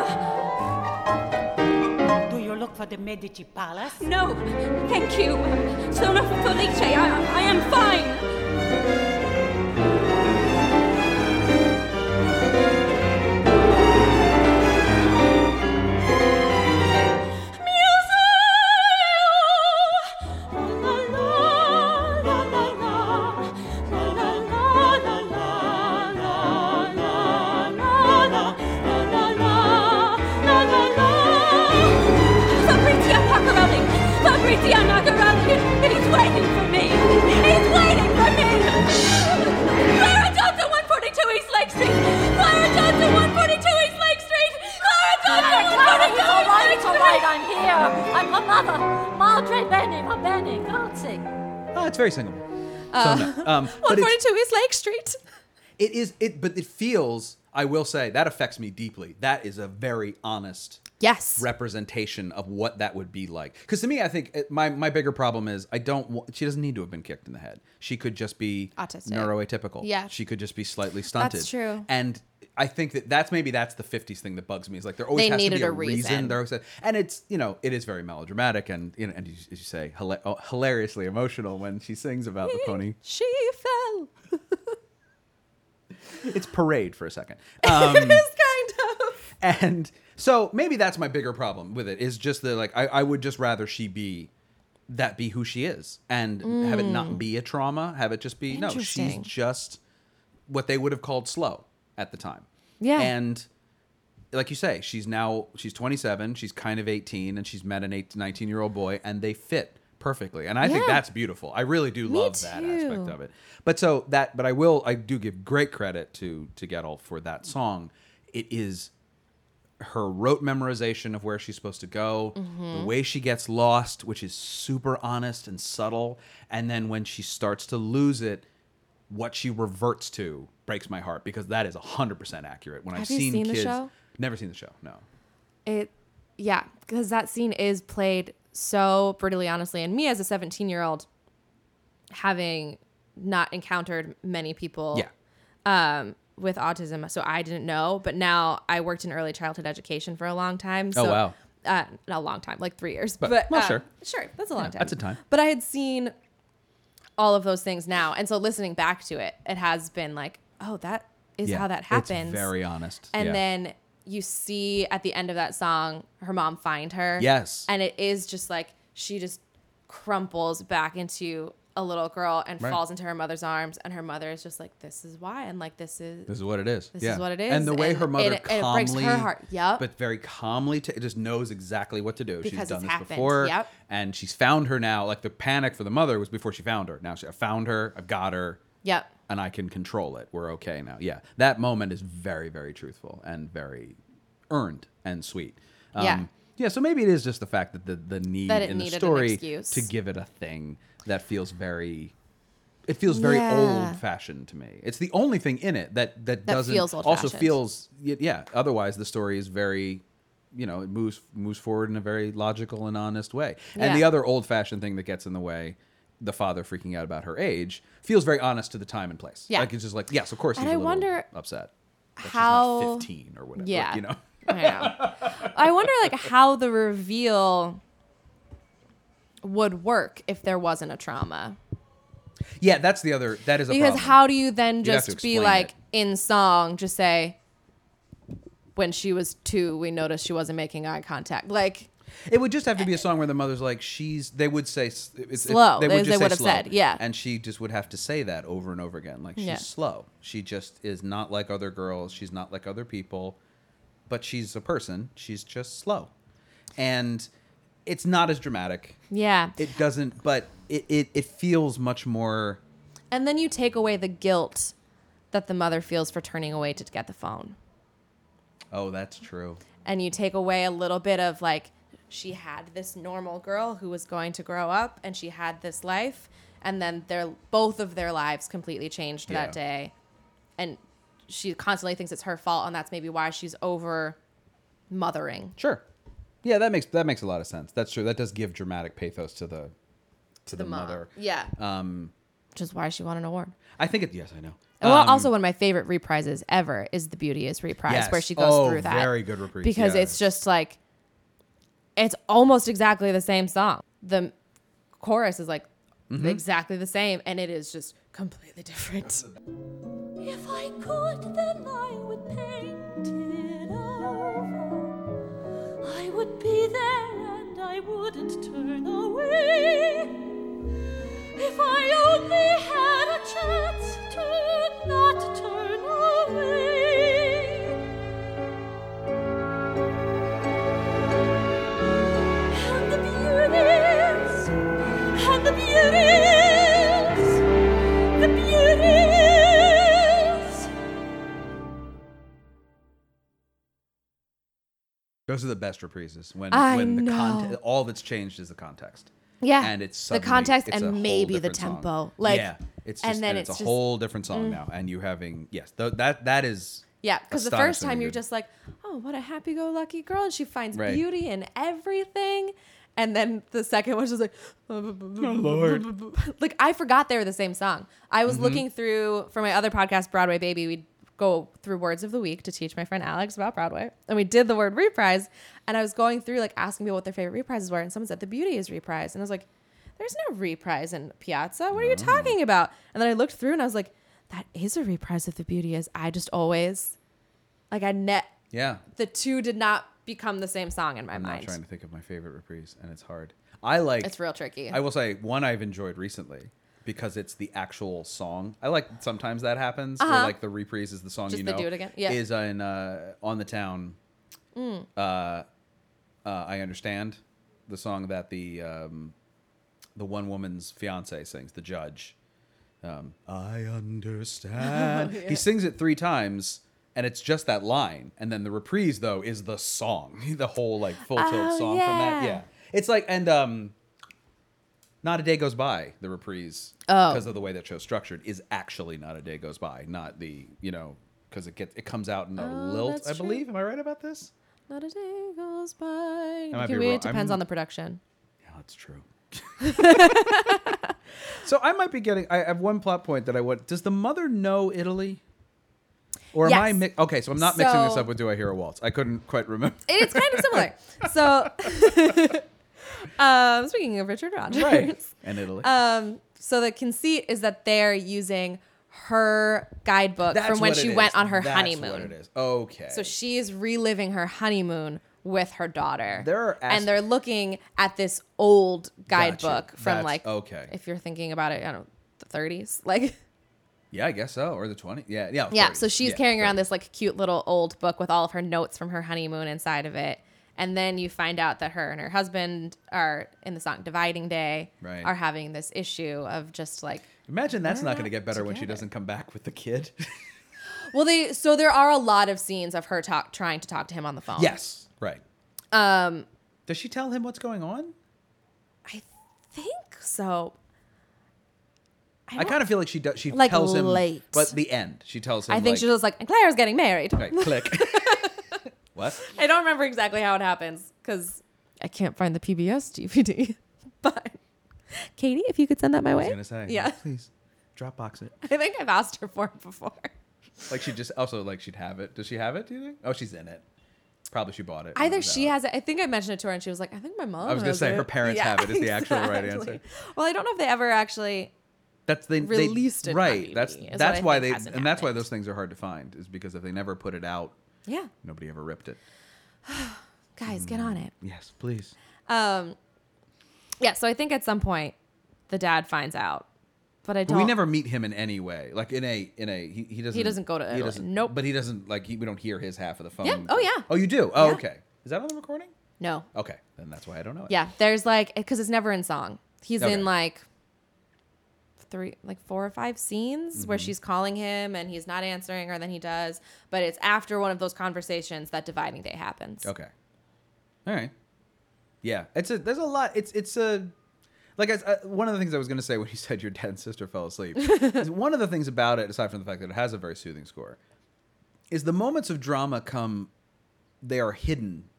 F: Do you look for the Medici Palace?
E: No, thank you. Sono felice. I, I am fine. Museo. La, la, la, la, la, Tiziana Garelli is waiting for me! He's waiting for me! Clara Johnson, 142 East Lake Street! Clara Johnson, 142 East Lake Street! Clara Johnson, 142
F: It's all
E: East
F: right,
E: Lake
F: it's all right,
E: Street!
F: I'm here. I'm her mother. Madre Bene, ma bene, grazie.
A: Ah, it's very singable.
B: Uh,
A: So, no. um, but it's,
B: 142 East Lake Street.
A: it is it, but it feels. I will say that affects me deeply. That is a very honest
B: Yes.
A: representation of what that would be like. Because to me, I think it, my my bigger problem is I don't. wa- She doesn't need to have been kicked in the head. She could just be
B: Autistic.
A: neuroatypical.
B: Yeah.
A: she could just be slightly stunted.
B: true.
A: And I think that that's maybe that's the '50s thing that bugs me is like there always
B: They
A: has to
B: needed
A: be a,
B: a
A: reason.
B: reason.
A: There always has- and it's you know it is very melodramatic and you know, and as you say hila- oh, hilariously emotional when she sings about the pony.
B: she fell.
A: It's parade for a second. Um,
B: it is kind of.
A: And so maybe that's my bigger problem with it is just that like I, I would just rather she be that be who she is and have it not be a trauma, have it just be no, she's
B: Mm. Interesting.
A: just what they would have called slow at the time.
B: Yeah.
A: And like you say, she's now she's 27, she's kind of 18 and she's met an 8 19 year old boy and they fit perfectly. And I think
B: Yeah.
A: that's beautiful. I really do
B: Me
A: love that aspect
B: too.
A: of it. But so that but I will I do give great credit to to Gettle for that song. It is her rote memorization of where she's supposed to go,
B: Mm-hmm.
A: the way she gets lost, which is super honest and subtle, and then when she starts to lose it, what she reverts to breaks my heart because that is 100% accurate. When I've
B: Have you
A: seen,
B: seen the
A: kids
B: show?
A: never seen the show, no.
B: It, yeah, because that scene is played so brutally honestly. And me as a 17 year old, having not encountered many people
A: Yeah.
B: um, with autism, so I didn't know. But now I worked in early childhood education for a long time. So,
A: Oh, wow.
B: Uh, not a long time, like three years. But,
A: well,
B: uh,
A: sure.
B: Sure, that's a long time.
A: that's a time.
B: But I had seen all of those things now. And so listening back to it, it has been like, oh, that is
A: Yeah,
B: how that
A: it's
B: happens.
A: very honest.
B: And
A: yeah.
B: then you see at the end of that song her mom find her.
A: Yes.
B: And it is just like she just crumples back into a little girl and
A: Right.
B: falls into her mother's arms and her mother is just like this is why and like this is
A: This is what it is.
B: This is what it is,
A: And the way
B: and
A: her mother
B: it- and it
A: calmly,
B: breaks her heart. Yep.
A: but very calmly, ta- just knows exactly what to do. she's
B: Because
A: done
B: it's
A: this
B: happened.
A: before,
B: Yep.
A: and she's found her now. Like the panic for the mother was before she found her. Now she, I found her. I've got her.
B: Yep.
A: And I can control it. We're okay now. Yeah, that moment is very, very truthful and very earned and sweet. Um,
B: Yeah.
A: Yeah. So maybe it is just the fact that the the need
B: That it
A: in the
B: needed an
A: story
B: excuse.
A: to give it a thing that feels very it feels very
B: Yeah.
A: old fashioned to me. It's the only thing in it that that, doesn't
B: feels
A: also
B: old-fashioned.
A: feels y- yeah. Otherwise, the story is very you know it moves moves forward in a very logical and honest way.
B: Yeah.
A: And the other old fashioned thing that gets in the way. The father freaking out about her age feels very honest to the time and place.
B: Yeah.
A: like it's just like yes, of course.
B: And
A: he's a
B: I
A: little
B: wonder
A: upset that she's
B: how-
A: not fifteen or whatever.
B: Yeah.
A: you know.
B: I know. I wonder like how the reveal would work if there wasn't a trauma.
A: Yeah, that's the other. That is a
B: Because
A: problem.
B: how do you then
A: You have to
B: just be
A: explain
B: like
A: it.
B: in song, just say when she was two, we noticed she wasn't making eye contact. Like
A: It would just have to be a song where the mother's like, she's. They would say s- it's,
B: Slow.
A: They would
B: They-
A: just
B: they
A: say
B: would have
A: slow.
B: said, yeah.
A: and she just would have to say that over and over again. Like she's
B: Yeah.
A: slow. She just is not like other girls. She's not like other people, but she's a person. She's just slow, and it's not as dramatic.
B: Yeah.
A: It doesn't, but it it, it feels much more.
B: and then you take away the guilt that the mother feels for turning away to get the phone.
A: Oh, that's true.
B: And you take away a little bit of like she had this normal girl who was going to grow up and she had this life and then their both of their lives completely changed
A: Yeah.
B: that day. And she constantly thinks it's her fault and that's maybe why she's over mothering.
A: Sure. Yeah, that makes that makes a lot of sense. That's true. That does give dramatic pathos to the to, the,
B: mom.
A: mother.
B: Yeah. Um, Which is why she won an award.
A: I think it. Yes, I know.
B: And well, also one of my favorite reprises ever is the Beauty is reprise
A: Yes.
B: where she goes
A: Oh,
B: through that.
A: very good reprise,
B: Because
A: yeah.
B: it's just like it's almost exactly the same song. The chorus is like
A: Mm-hmm.
B: exactly the same and it is just completely different.
E: If I could, then I would paint it over. I would be there and I wouldn't turn away. If I only had a chance to not turn away. And the beauty is
A: Those are the best reprises when
B: I
A: when the
B: know.
A: context all that's changed is the context.
B: Yeah.
A: and it's
B: The
A: suddenly-
B: context
A: it's
B: and
A: a whole
B: maybe the
A: different song.
B: tempo. Like,
A: yeah, it's
B: and
A: just,
B: then
A: and it's,
B: it's
A: a
B: just- mm.
A: whole different song now, and you having yes, th- that that is
B: Yeah, because the first
A: astonishingly
B: time you're
A: good.
B: just like, oh, what a happy go lucky girl. And she finds
A: Right.
B: beauty in everything. And then the second one's just like,
A: Oh, Lord. Mm-hmm.
B: like I forgot they were the same song. I was looking through for my other podcast, Broadway Baby. We'd go through words of the week to teach my friend Alex about Broadway. And we did the word reprise. And I was going through like asking people what their favorite reprises were. And someone said, The Beauty is reprise. And I was like, There's no reprise in Piazza. What are you talking about? And then I looked through and I was like, That is a reprise of The Beauty is. I just always, like, I net,
A: yeah.
B: the two did not become the same song in my
A: I'm not
B: mind.
A: trying to think of my favorite reprise, and it's hard. I like
B: It's real tricky.
A: I will say one I've enjoyed recently because it's the actual song. I like sometimes that happens where like the reprise is the song
B: Uh-huh. Just
A: you
B: the
A: know.
B: do it again? Yeah. Mm.
A: Is in uh, on the town. Uh, uh, I understand the song that the um, the one woman's fiance sings, the judge. Um, I understand. He sings it three times. And it's just that line, and then the reprise though is the song, the whole like full tilt
B: Oh,
A: song from that.
B: yeah.
A: Yeah, it's like and um, not a Day Goes By, the reprise,
B: Oh.
A: because of the way that show's structured, is actually Not a Day Goes By, not the, you know, because it gets it comes out in a
B: Oh,
A: lilt,
B: that's
A: I
B: true.
A: believe. Am I right about this?
B: Not a day goes by.
A: might be
B: It really
A: wrong.
B: depends
A: I'm-
B: on the production.
A: Yeah, that's true. so I might be getting. I have one plot point that I want. Does the mother know Italy? Or am I
B: Yes.
A: mi- okay? So I'm not mixing this
B: So-
A: up with "Do I Hear a Waltz"? I couldn't quite remember.
B: It's kind of similar. So, um, speaking of Richard Rogers,
A: and Italy.
B: um, so the conceit is that they're using her guidebook from when
A: what
B: she
A: it
B: went
A: is.
B: on her
A: That's
B: honeymoon.
A: What it is. Okay.
B: So she is reliving her honeymoon with her daughter.
A: There are asp-
B: and they're looking at this old
A: Gotcha.
B: guidebook from
A: That's-
B: like
A: okay.
B: if you're thinking about it, I don't know, the 30s, like.
A: yeah, I guess so. Or the 20. Yeah, yeah.
B: Yeah,
A: 30s.
B: so she's
A: Yeah,
B: carrying
A: 30s.
B: around this like cute little old book with all of her notes from her honeymoon inside of it. And then you find out that her and her husband are in the song Dividing Day
A: Right.
B: are having this issue of just like
A: Imagine that's
B: They're
A: not going to
B: not
A: get better when she
B: together.
A: doesn't come back with the kid.
B: well they so there are a lot of scenes of her talk trying to talk to him on the phone.
A: yes, right. Um, does she tell him what's going on?
B: I think so.
A: I, kind of feel like she does. She
B: Like,
A: tells him,
B: late.
A: but the end. She tells him.
B: I think
A: like,
B: she's just like and Claire's getting married.
A: right, click. what?
B: I don't remember exactly how it happens because I can't find the PBS DVD. but Katie, if you could send that my
A: I
B: way.
A: was gonna say.
B: Yeah.
A: Please, Dropbox it.
B: I think I've asked her for it before.
A: Like she just also like she'd have it. Does she have it? Do you think? Oh, she's in it. Probably she bought it. when it
B: Either
A: was
B: she
A: out.
B: has it. I think I mentioned it to her, and she was like, "I think my mom."
A: I was gonna
B: has
A: say,
B: it."
A: her parents have it is the actual right answer.
B: Well, I don't know if they ever actually.
A: That's they they-
B: released it on
A: Right.
B: DVD,
A: that's
B: is what
A: that's
B: I
A: why
B: think
A: they and
B: hasn't
A: that's why
B: happened.
A: those things are hard to find is because if they never put it out,
B: Yeah,
A: nobody ever ripped it.
B: guys, get on it.
A: Yes, please.
B: Um, yeah. So I think at some point, the dad finds out, but I
A: But
B: don't.
A: we never meet him in any way. Like in a in a he, he doesn't
B: doesn't go to
A: he
B: Italy.
A: doesn't
B: Nope.
A: But he doesn't like he, we don't hear his half of the phone.
B: Yeah. Oh, yeah.
A: Oh you do. Oh
B: Yeah.
A: okay. Is that on the recording?
B: No.
A: Okay. Then that's why I don't know it.
B: Yeah, there's like because it's never in song. He's
A: Okay.
B: in like three, like four or five scenes
A: Mm-hmm.
B: where she's calling him and he's not answering, or then he does. But it's after one of those conversations that dividing day happens.
A: Okay. All right. Yeah. It's a there's a lot. It's it's a like I, I- one of the things I was going to say when you said your dad and sister fell asleep. is one of the things about it, aside from the fact that it has a very soothing score, is the moments of drama come. They are hidden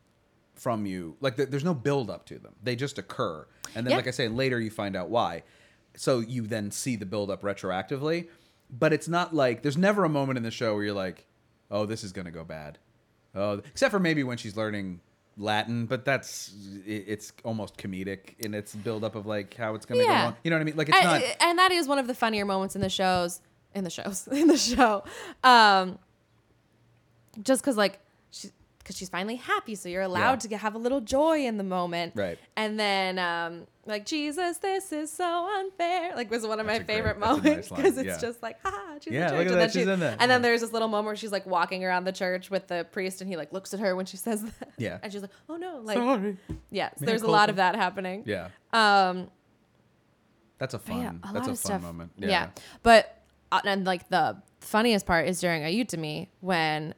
A: from you. Like there- there's no build up to them. They just occur, and then
B: Yeah.
A: like I say, later you find out why. So you then see the build up retroactively, but it's not like there's never a moment in the show where you're like, oh, this is gonna go bad. Oh, except for maybe when she's learning Latin, but that's it, it's almost comedic in its build up of like how it's gonna
B: Yeah.
A: go wrong. You know what I mean? Like it's
B: and,
A: not.
B: and that is one of the funnier moments in the shows in the shows in the show um just because like she because she's finally happy so you're allowed
A: Yeah.
B: to have a little joy in the moment
A: Right.
B: and then um like jesus this is so unfair like was one
A: That's
B: of my
A: a great-
B: favorite
A: that's a nice
B: moments
A: line,
B: because it's
A: yeah.
B: just like ah she's
A: Yeah,
B: in
A: look
B: church
A: at
B: and
A: that,
B: then
A: she's
B: she-
A: in that,
B: and then
A: yeah.
B: there's this little moment where she's like walking around the church with the priest and he like looks at her when she says that
A: Yeah.
B: and she's like oh no like
A: Sorry.
B: yeah so
A: Mea
B: there's a lot
A: culpa.
B: of that happening
A: Yeah.
B: um
A: That's a fun.
B: yeah, Mm, a lot
A: that's a fun
B: of stuff.
A: moment.
B: Yeah. But uh, and like the funniest part is during Ayutami when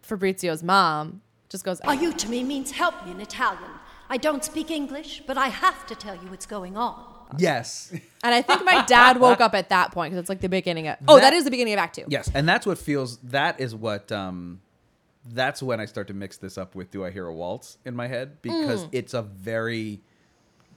B: Fabrizio's mom Just goes,
E: Aiutami means help me in Italian. I don't speak English, but I have to tell you what's going on.
A: Yes.
B: and I think my dad woke up at that point because it's like the beginning of. Oh,
A: That-
B: that is the beginning of Act Two.
A: Yes, and that's what feels. That is what. um That's when I start to mix this up with "Do I Hear a Waltz" in my head because
B: Mm.
A: it's a very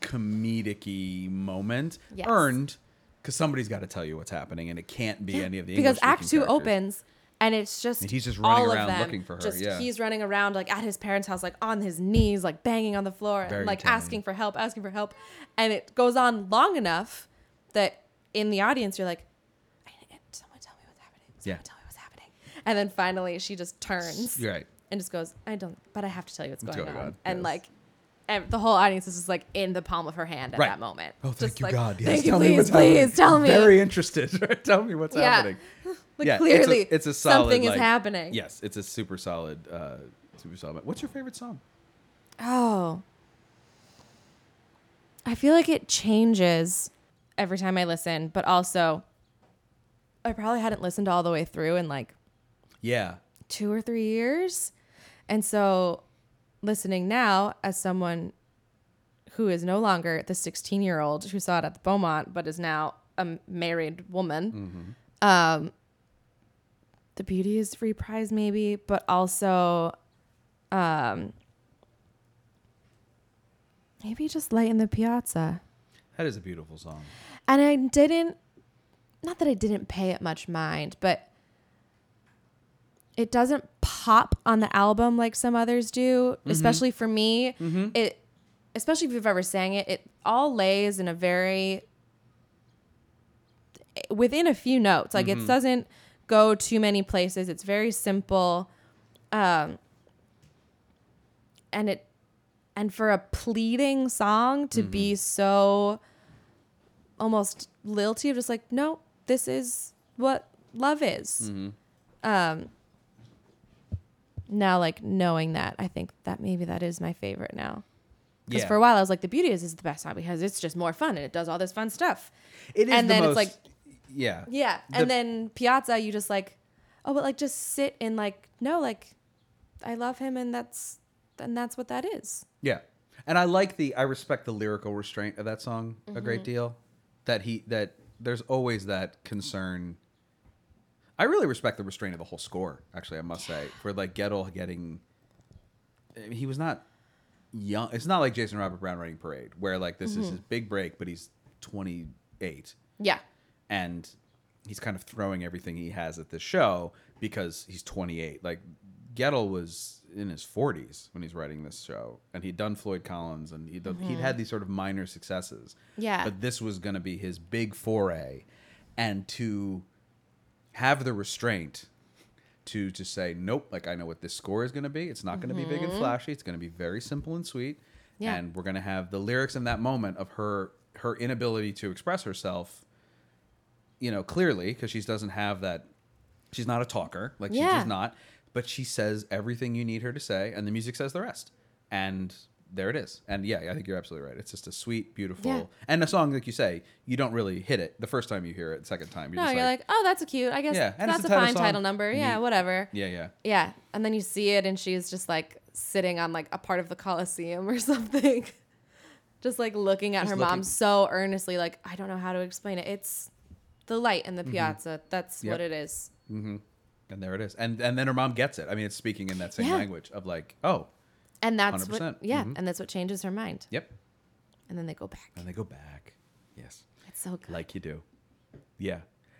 A: comedic-y moment,
B: Yes.
A: earned because somebody's got to tell you what's happening, and it can't be any of the
B: because
A: English-speaking
B: Act Two
A: characters.
B: opens, and it's just
A: And he's just running
B: all of
A: around
B: them
A: looking for her,
B: Just
A: yeah.
B: he's running around like at his parents' house, like on his knees, like banging on the floor,
A: Very
B: and, like
A: Italian.
B: asking for help, asking for help, and it goes on long enough that in the audience you're like, I need it. "Someone tell me what's happening." Someone
A: Yeah.
B: tell me what's happening. And then finally she just turns
A: You're right.
B: and just goes, "I don't," but I have to tell you what's going,
A: going
B: on.
A: on,
B: And
A: yes.
B: like. And the whole audience is just like in the palm of her hand at
A: Right.
B: that moment.
A: Oh, thank
B: Just
A: you,
B: like,
A: God! Yes,
B: Thank you,
A: tell me
B: please,
A: what's happening.
B: please tell me.
A: Very interested. Right? Tell me what's
B: Yeah.
A: happening.
B: Like
A: Yeah, it's a-
B: clearly,
A: it's a, solid,
B: something
A: like-
B: is happening.
A: Yes, it's a super solid, uh, super solid. What's your favorite song?
B: Oh. I feel like it changes every time I listen, but also I probably hadn't listened all the way through in like
A: Yeah,
B: two or three years. And so listening now as someone who is no longer the 16 year old who saw it at the Beaumont, but is now a married woman, um, the beauty is reprised maybe, but also, um, maybe just light in the piazza.
A: that is a beautiful song.
B: And I didn't, not that I didn't pay it much mind, but it doesn't pop on the album like some others do, especially for me. It, especially if you've ever sang it, it all lays in a very, within a few notes. Like it doesn't go too many places. It's very simple. Um, and it, and for a pleading song to be so almost lilty of just like, no, this is what love is.
A: Mm-hmm.
B: Um, now, like knowing that, I think that maybe that is my favorite now. Because
A: Yeah.
B: for a while, I was like, the beauty is is the best song because it's just more fun and it does all this fun stuff.
A: It is
B: and
A: the
B: then
A: most,
B: it's like,
A: yeah,
B: yeah, and
A: The-
B: then Piazza, you just like, oh, but like just sit and like, no, like, I love him and that's and that's what that is.
A: Yeah. And I like the I respect the lyrical restraint of that song
B: Mm-hmm.
A: a great deal. That he that there's always that concern. I really respect the restraint of the whole score, actually, I must say, for like Gettle getting I mean, he was not young. It's not like Jason Robert Brown writing Parade where like this
B: Mm-hmm.
A: is his big break but he's 28
B: Yeah,
A: and he's kind of throwing everything he has at this show because he's 28. Like Gettle was in his 40s when he's writing this show, and he'd done Floyd Collins, and he'd, done- he'd had these sort of minor successes.
B: Mm-hmm. Yeah.
A: but this was going to be his big foray, and to have the restraint to to say nope like i know what this score is going to be it's not going to be big and flashy it's going to be very simple and sweet
B: Mm-hmm. Yeah.
A: and we're going to have the lyrics in that moment of her her inability to express herself you know clearly because she doesn't have that she's not a talker like she's
B: Yeah.
A: just not but she says everything you need her to say and the music says the rest and there it is and yeah i think you're absolutely right it's just a sweet beautiful
B: Yeah.
A: and a song like you say you don't really hit it the first time you hear it the second time you're
B: no,
A: just
B: you're like, oh, that's a cute. I guess
A: Yeah, and it's
B: that's
A: a
B: a,
A: title
B: fine
A: song.
B: title number. Yeah,
A: Neat.
B: whatever.
A: yeah yeah
B: Yeah, and then you see it, and she's just like sitting on like a part of the Colosseum or something, just like looking at
A: Just
B: her
A: looking.
B: mom so earnestly. Like I don't know how to explain it. It's the light in the piazza. That's
A: Mm-hmm. Yep.
B: what it is.
A: And there it is. And and then her mom gets it. I mean, it's speaking in that same
B: Yeah.
A: language of like, oh,
B: And that's what
A: 100%.
B: yeah, and that's what changes her mind.
A: yep.
B: And then they go back.
A: And they go back. Yes.
B: It's so good.
A: Like you do. Yeah.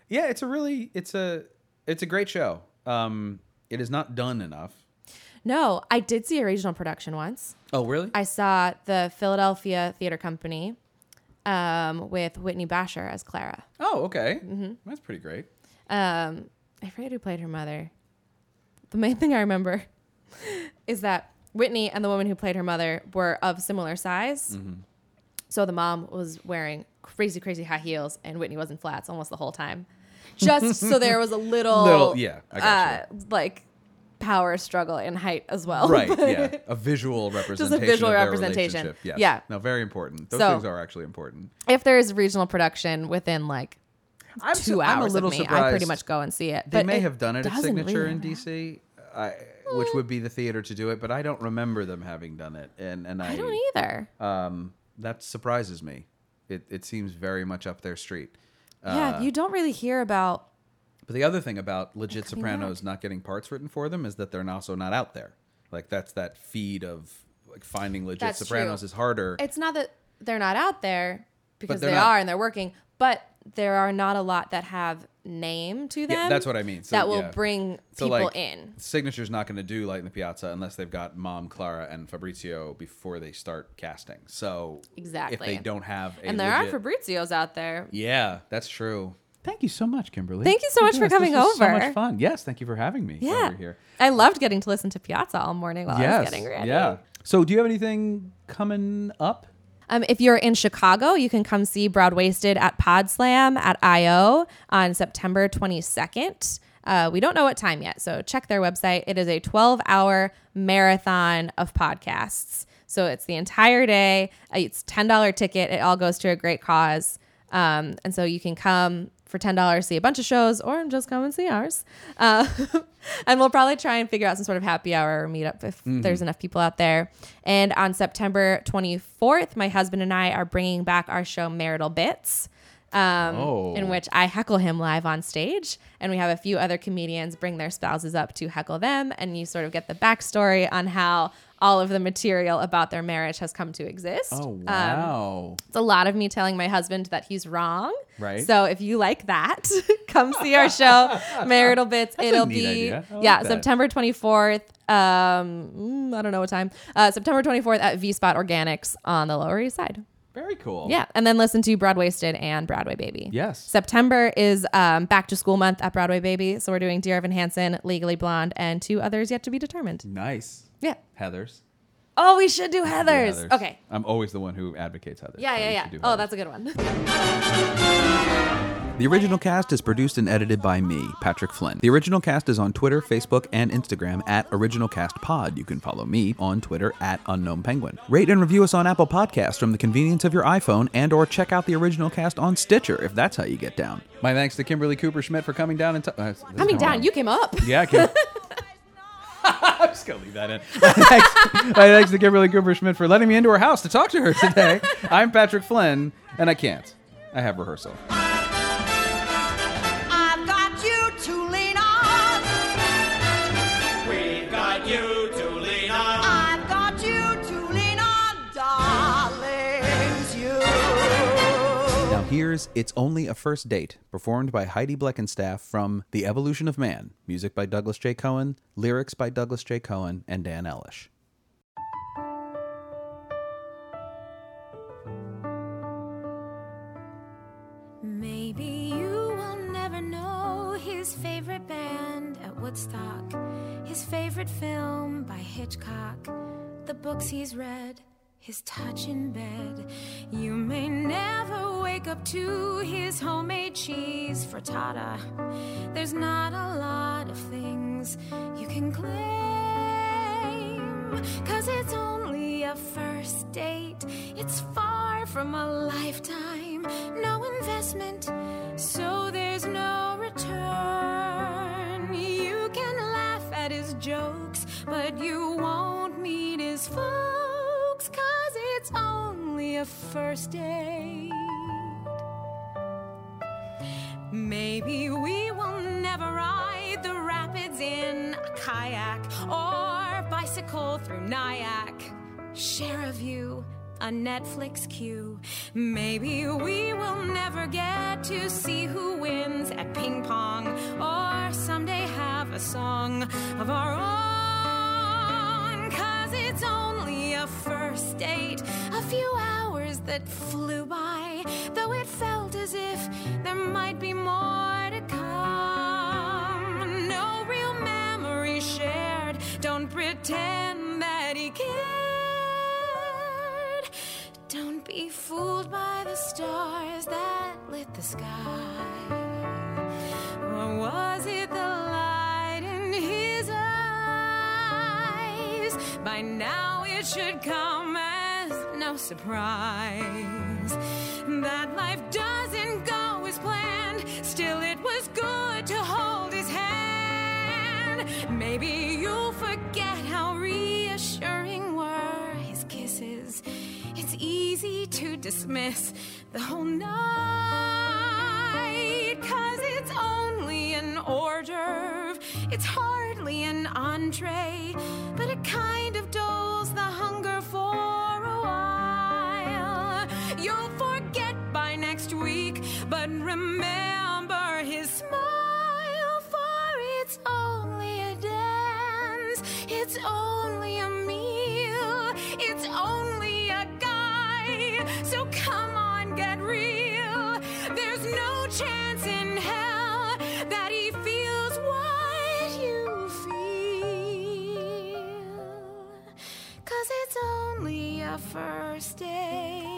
A: Yeah, it's a really it's a it's a great show. Um it is not done enough.
B: No, I did see a regional production once.
A: Oh, really?
B: I saw the Philadelphia Theater Company um, with Whitney Basher as Clara.
A: oh, okay. That's pretty great.
B: um, I forget who played her mother. The main thing I remember is that Whitney and the woman who played her mother were of similar size.
A: Mm-hmm.
B: So the mom was wearing crazy, crazy high heels, and Whitney was in flats almost the whole time. Just so there was a little,
A: Little- yeah, I
B: uh,
A: gotcha.
B: like power struggle in height as well.
A: Right, yeah. Oh, A visual representation.
B: visual
A: of their
B: representation.
A: relationship. Yes.
B: Yeah.
A: No, very important. Those
B: So-
A: things are actually important.
B: if there is regional production within like
A: I'm
B: two hours of me, I pretty much go and see it.
A: They may
B: it
A: have done it at
B: doesn't
A: Signature
B: really
A: in
B: matter.
A: DC. I which would be the theater to do it, but I don't remember them having done it, and and I,
B: I don't either.
A: um that surprises me. It it seems very much up their street.
B: yeah, you don't really hear about.
A: But the other thing about legit Sopranos not getting parts written for them is that they're also not out there. Like that's that feed of like finding legit
B: That's
A: Sopranos
B: true.
A: is harder.
B: It's not that they're not out there because
A: they're
B: they
A: not-
B: are and they're working, but there are not a lot that have name to them.
A: Yeah, that's what I mean. So,
B: that will
A: yeah.
B: bring
A: So,
B: people
A: like,
B: in.
A: Signature's not going to do Light in the Piazza unless they've got Mom, Clara, and Fabrizio before they start casting. So if
B: Exactly.
A: they don't have a
B: And there are
A: legit-
B: Fabrizios out there.
A: yeah, that's true. Thank you so much, Kimberly.
B: Thank you so much for
A: Yes, this
B: coming
A: was So
B: over.
A: much fun. Yes, thank you for having me
B: Yeah.
A: over here.
B: I loved getting to listen to Piazza all morning while I was
A: yes.
B: getting ready.
A: Yeah. So do you have anything coming up?
B: Um, if you're in Chicago, you can come see Broad Wasted at Pod Slam at IO on September 22nd. Uh, we don't know what time yet, so check their website. It is a 12 hour marathon of podcasts. So it's the entire day. Uh, It's $10 ticket. It all goes to a great cause. Um, and so you can come for $10, see a bunch of shows, or just come and see ours. Uh, and we'll probably try and figure out some sort of happy hour or meetup if
A: Mm-hmm.
B: there's enough people out there. And on September 24th, my husband and I are bringing back our show Marital Bits. Um,
A: Oh.
B: In which I heckle him live on stage, and we have a few other comedians bring their spouses up to heckle them, and you sort of get the backstory on how all of the material about their marriage has come to exist.
A: Oh
B: Um,
A: wow.
B: it's a lot of me telling my husband that he's wrong.
A: Right.
B: So if you like that, come see our show, Marital Bits. It'll
A: neat
B: be
A: idea. I like
B: yeah
A: that.
B: September 24th. Um, mm, I don't know what time. Uh, September 24th at V Spot Organics on the Lower East Side.
A: Very cool.
B: Yeah, and then listen to Broadwasted and Broadway Baby.
A: Yes.
B: September is um, back to school month at Broadway Baby, so we're doing Dear Evan Hansen, Legally Blonde, and two others yet to be determined.
A: Nice.
B: Yeah.
A: Heather's.
B: Oh, we should do
A: Yeah,
B: Heather's. Okay.
A: I'm always the one who advocates Heather's.
B: Yeah,
A: so
B: yeah,
A: we
B: yeah.
A: should do
B: Oh,
A: Heather's.
B: that's a good one.
A: The original cast is produced and edited by me, Patrick Flynn. The original cast is on Twitter, Facebook, and Instagram at OriginalCastPod. You can follow me on Twitter at Unknown Penguin. Rate and review us on Apple Podcasts from the convenience of your iPhone and or check out the original cast on Stitcher if that's how you get down. My thanks to Kimberly Cooper Schmidt for coming down and t- uh, this is
B: Coming
A: going
B: down,
A: on.
B: you came up.
A: Yeah, I can. I'm just gonna leave that in. My thanks, my thanks to Kimberly Cooper Schmidt for letting me into her house to talk to her today. I'm Patrick Flynn, and I can't. I have rehearsal.
D: I've got you to lean on.
G: We've got you to lean on.
D: I've got you to lean on, darlings. You.
A: Now here's It's Only a First Date, performed by Heidi Bleckenstaff from The Evolution of Man, music by Douglas J. Cohen, lyrics by Douglas J. Cohen and Dan Ellish.
H: Maybe you will never know his favorite band at Woodstock, his favorite film by Hitchcock, the books he's read, his touch in bed. You may never wake up to his homemade cheese frittata. There's not a lot of things you can claim, cause it's only a first date. It's far from a lifetime, no investment, so there's no return. You can laugh at his jokes, but you won't meet his folks, cause it's only a first date. Maybe we will never ride the rapids in a kayak or bicycle through Nyack. Share a view, a Netflix queue. Maybe we will never get to see who wins at ping pong or someday have a song of our own. Cause it's only a first date, a few hours that flew by, though it felt as if there might be more to come. No real memory shared, don't pretend that he cared. Don't be fooled by the stars that lit the sky. Or was it the light in his eyes? By now it should come as no surprise that life doesn't go as planned. Still, it was good to hold his hand. Maybe you'll forget how reassuring were his kisses. It's easy to dismiss the whole night, cause it's only an hors d'oeuvre. It's hardly an entree, but it kind of dulls the hunger for a while. You'll forget by next week, but remember his smile, for it's only a dance, it's only a meal, it's only a guy. So come on, get real. There's no chance in hell that he feels what you feel. Cause it's only a first date.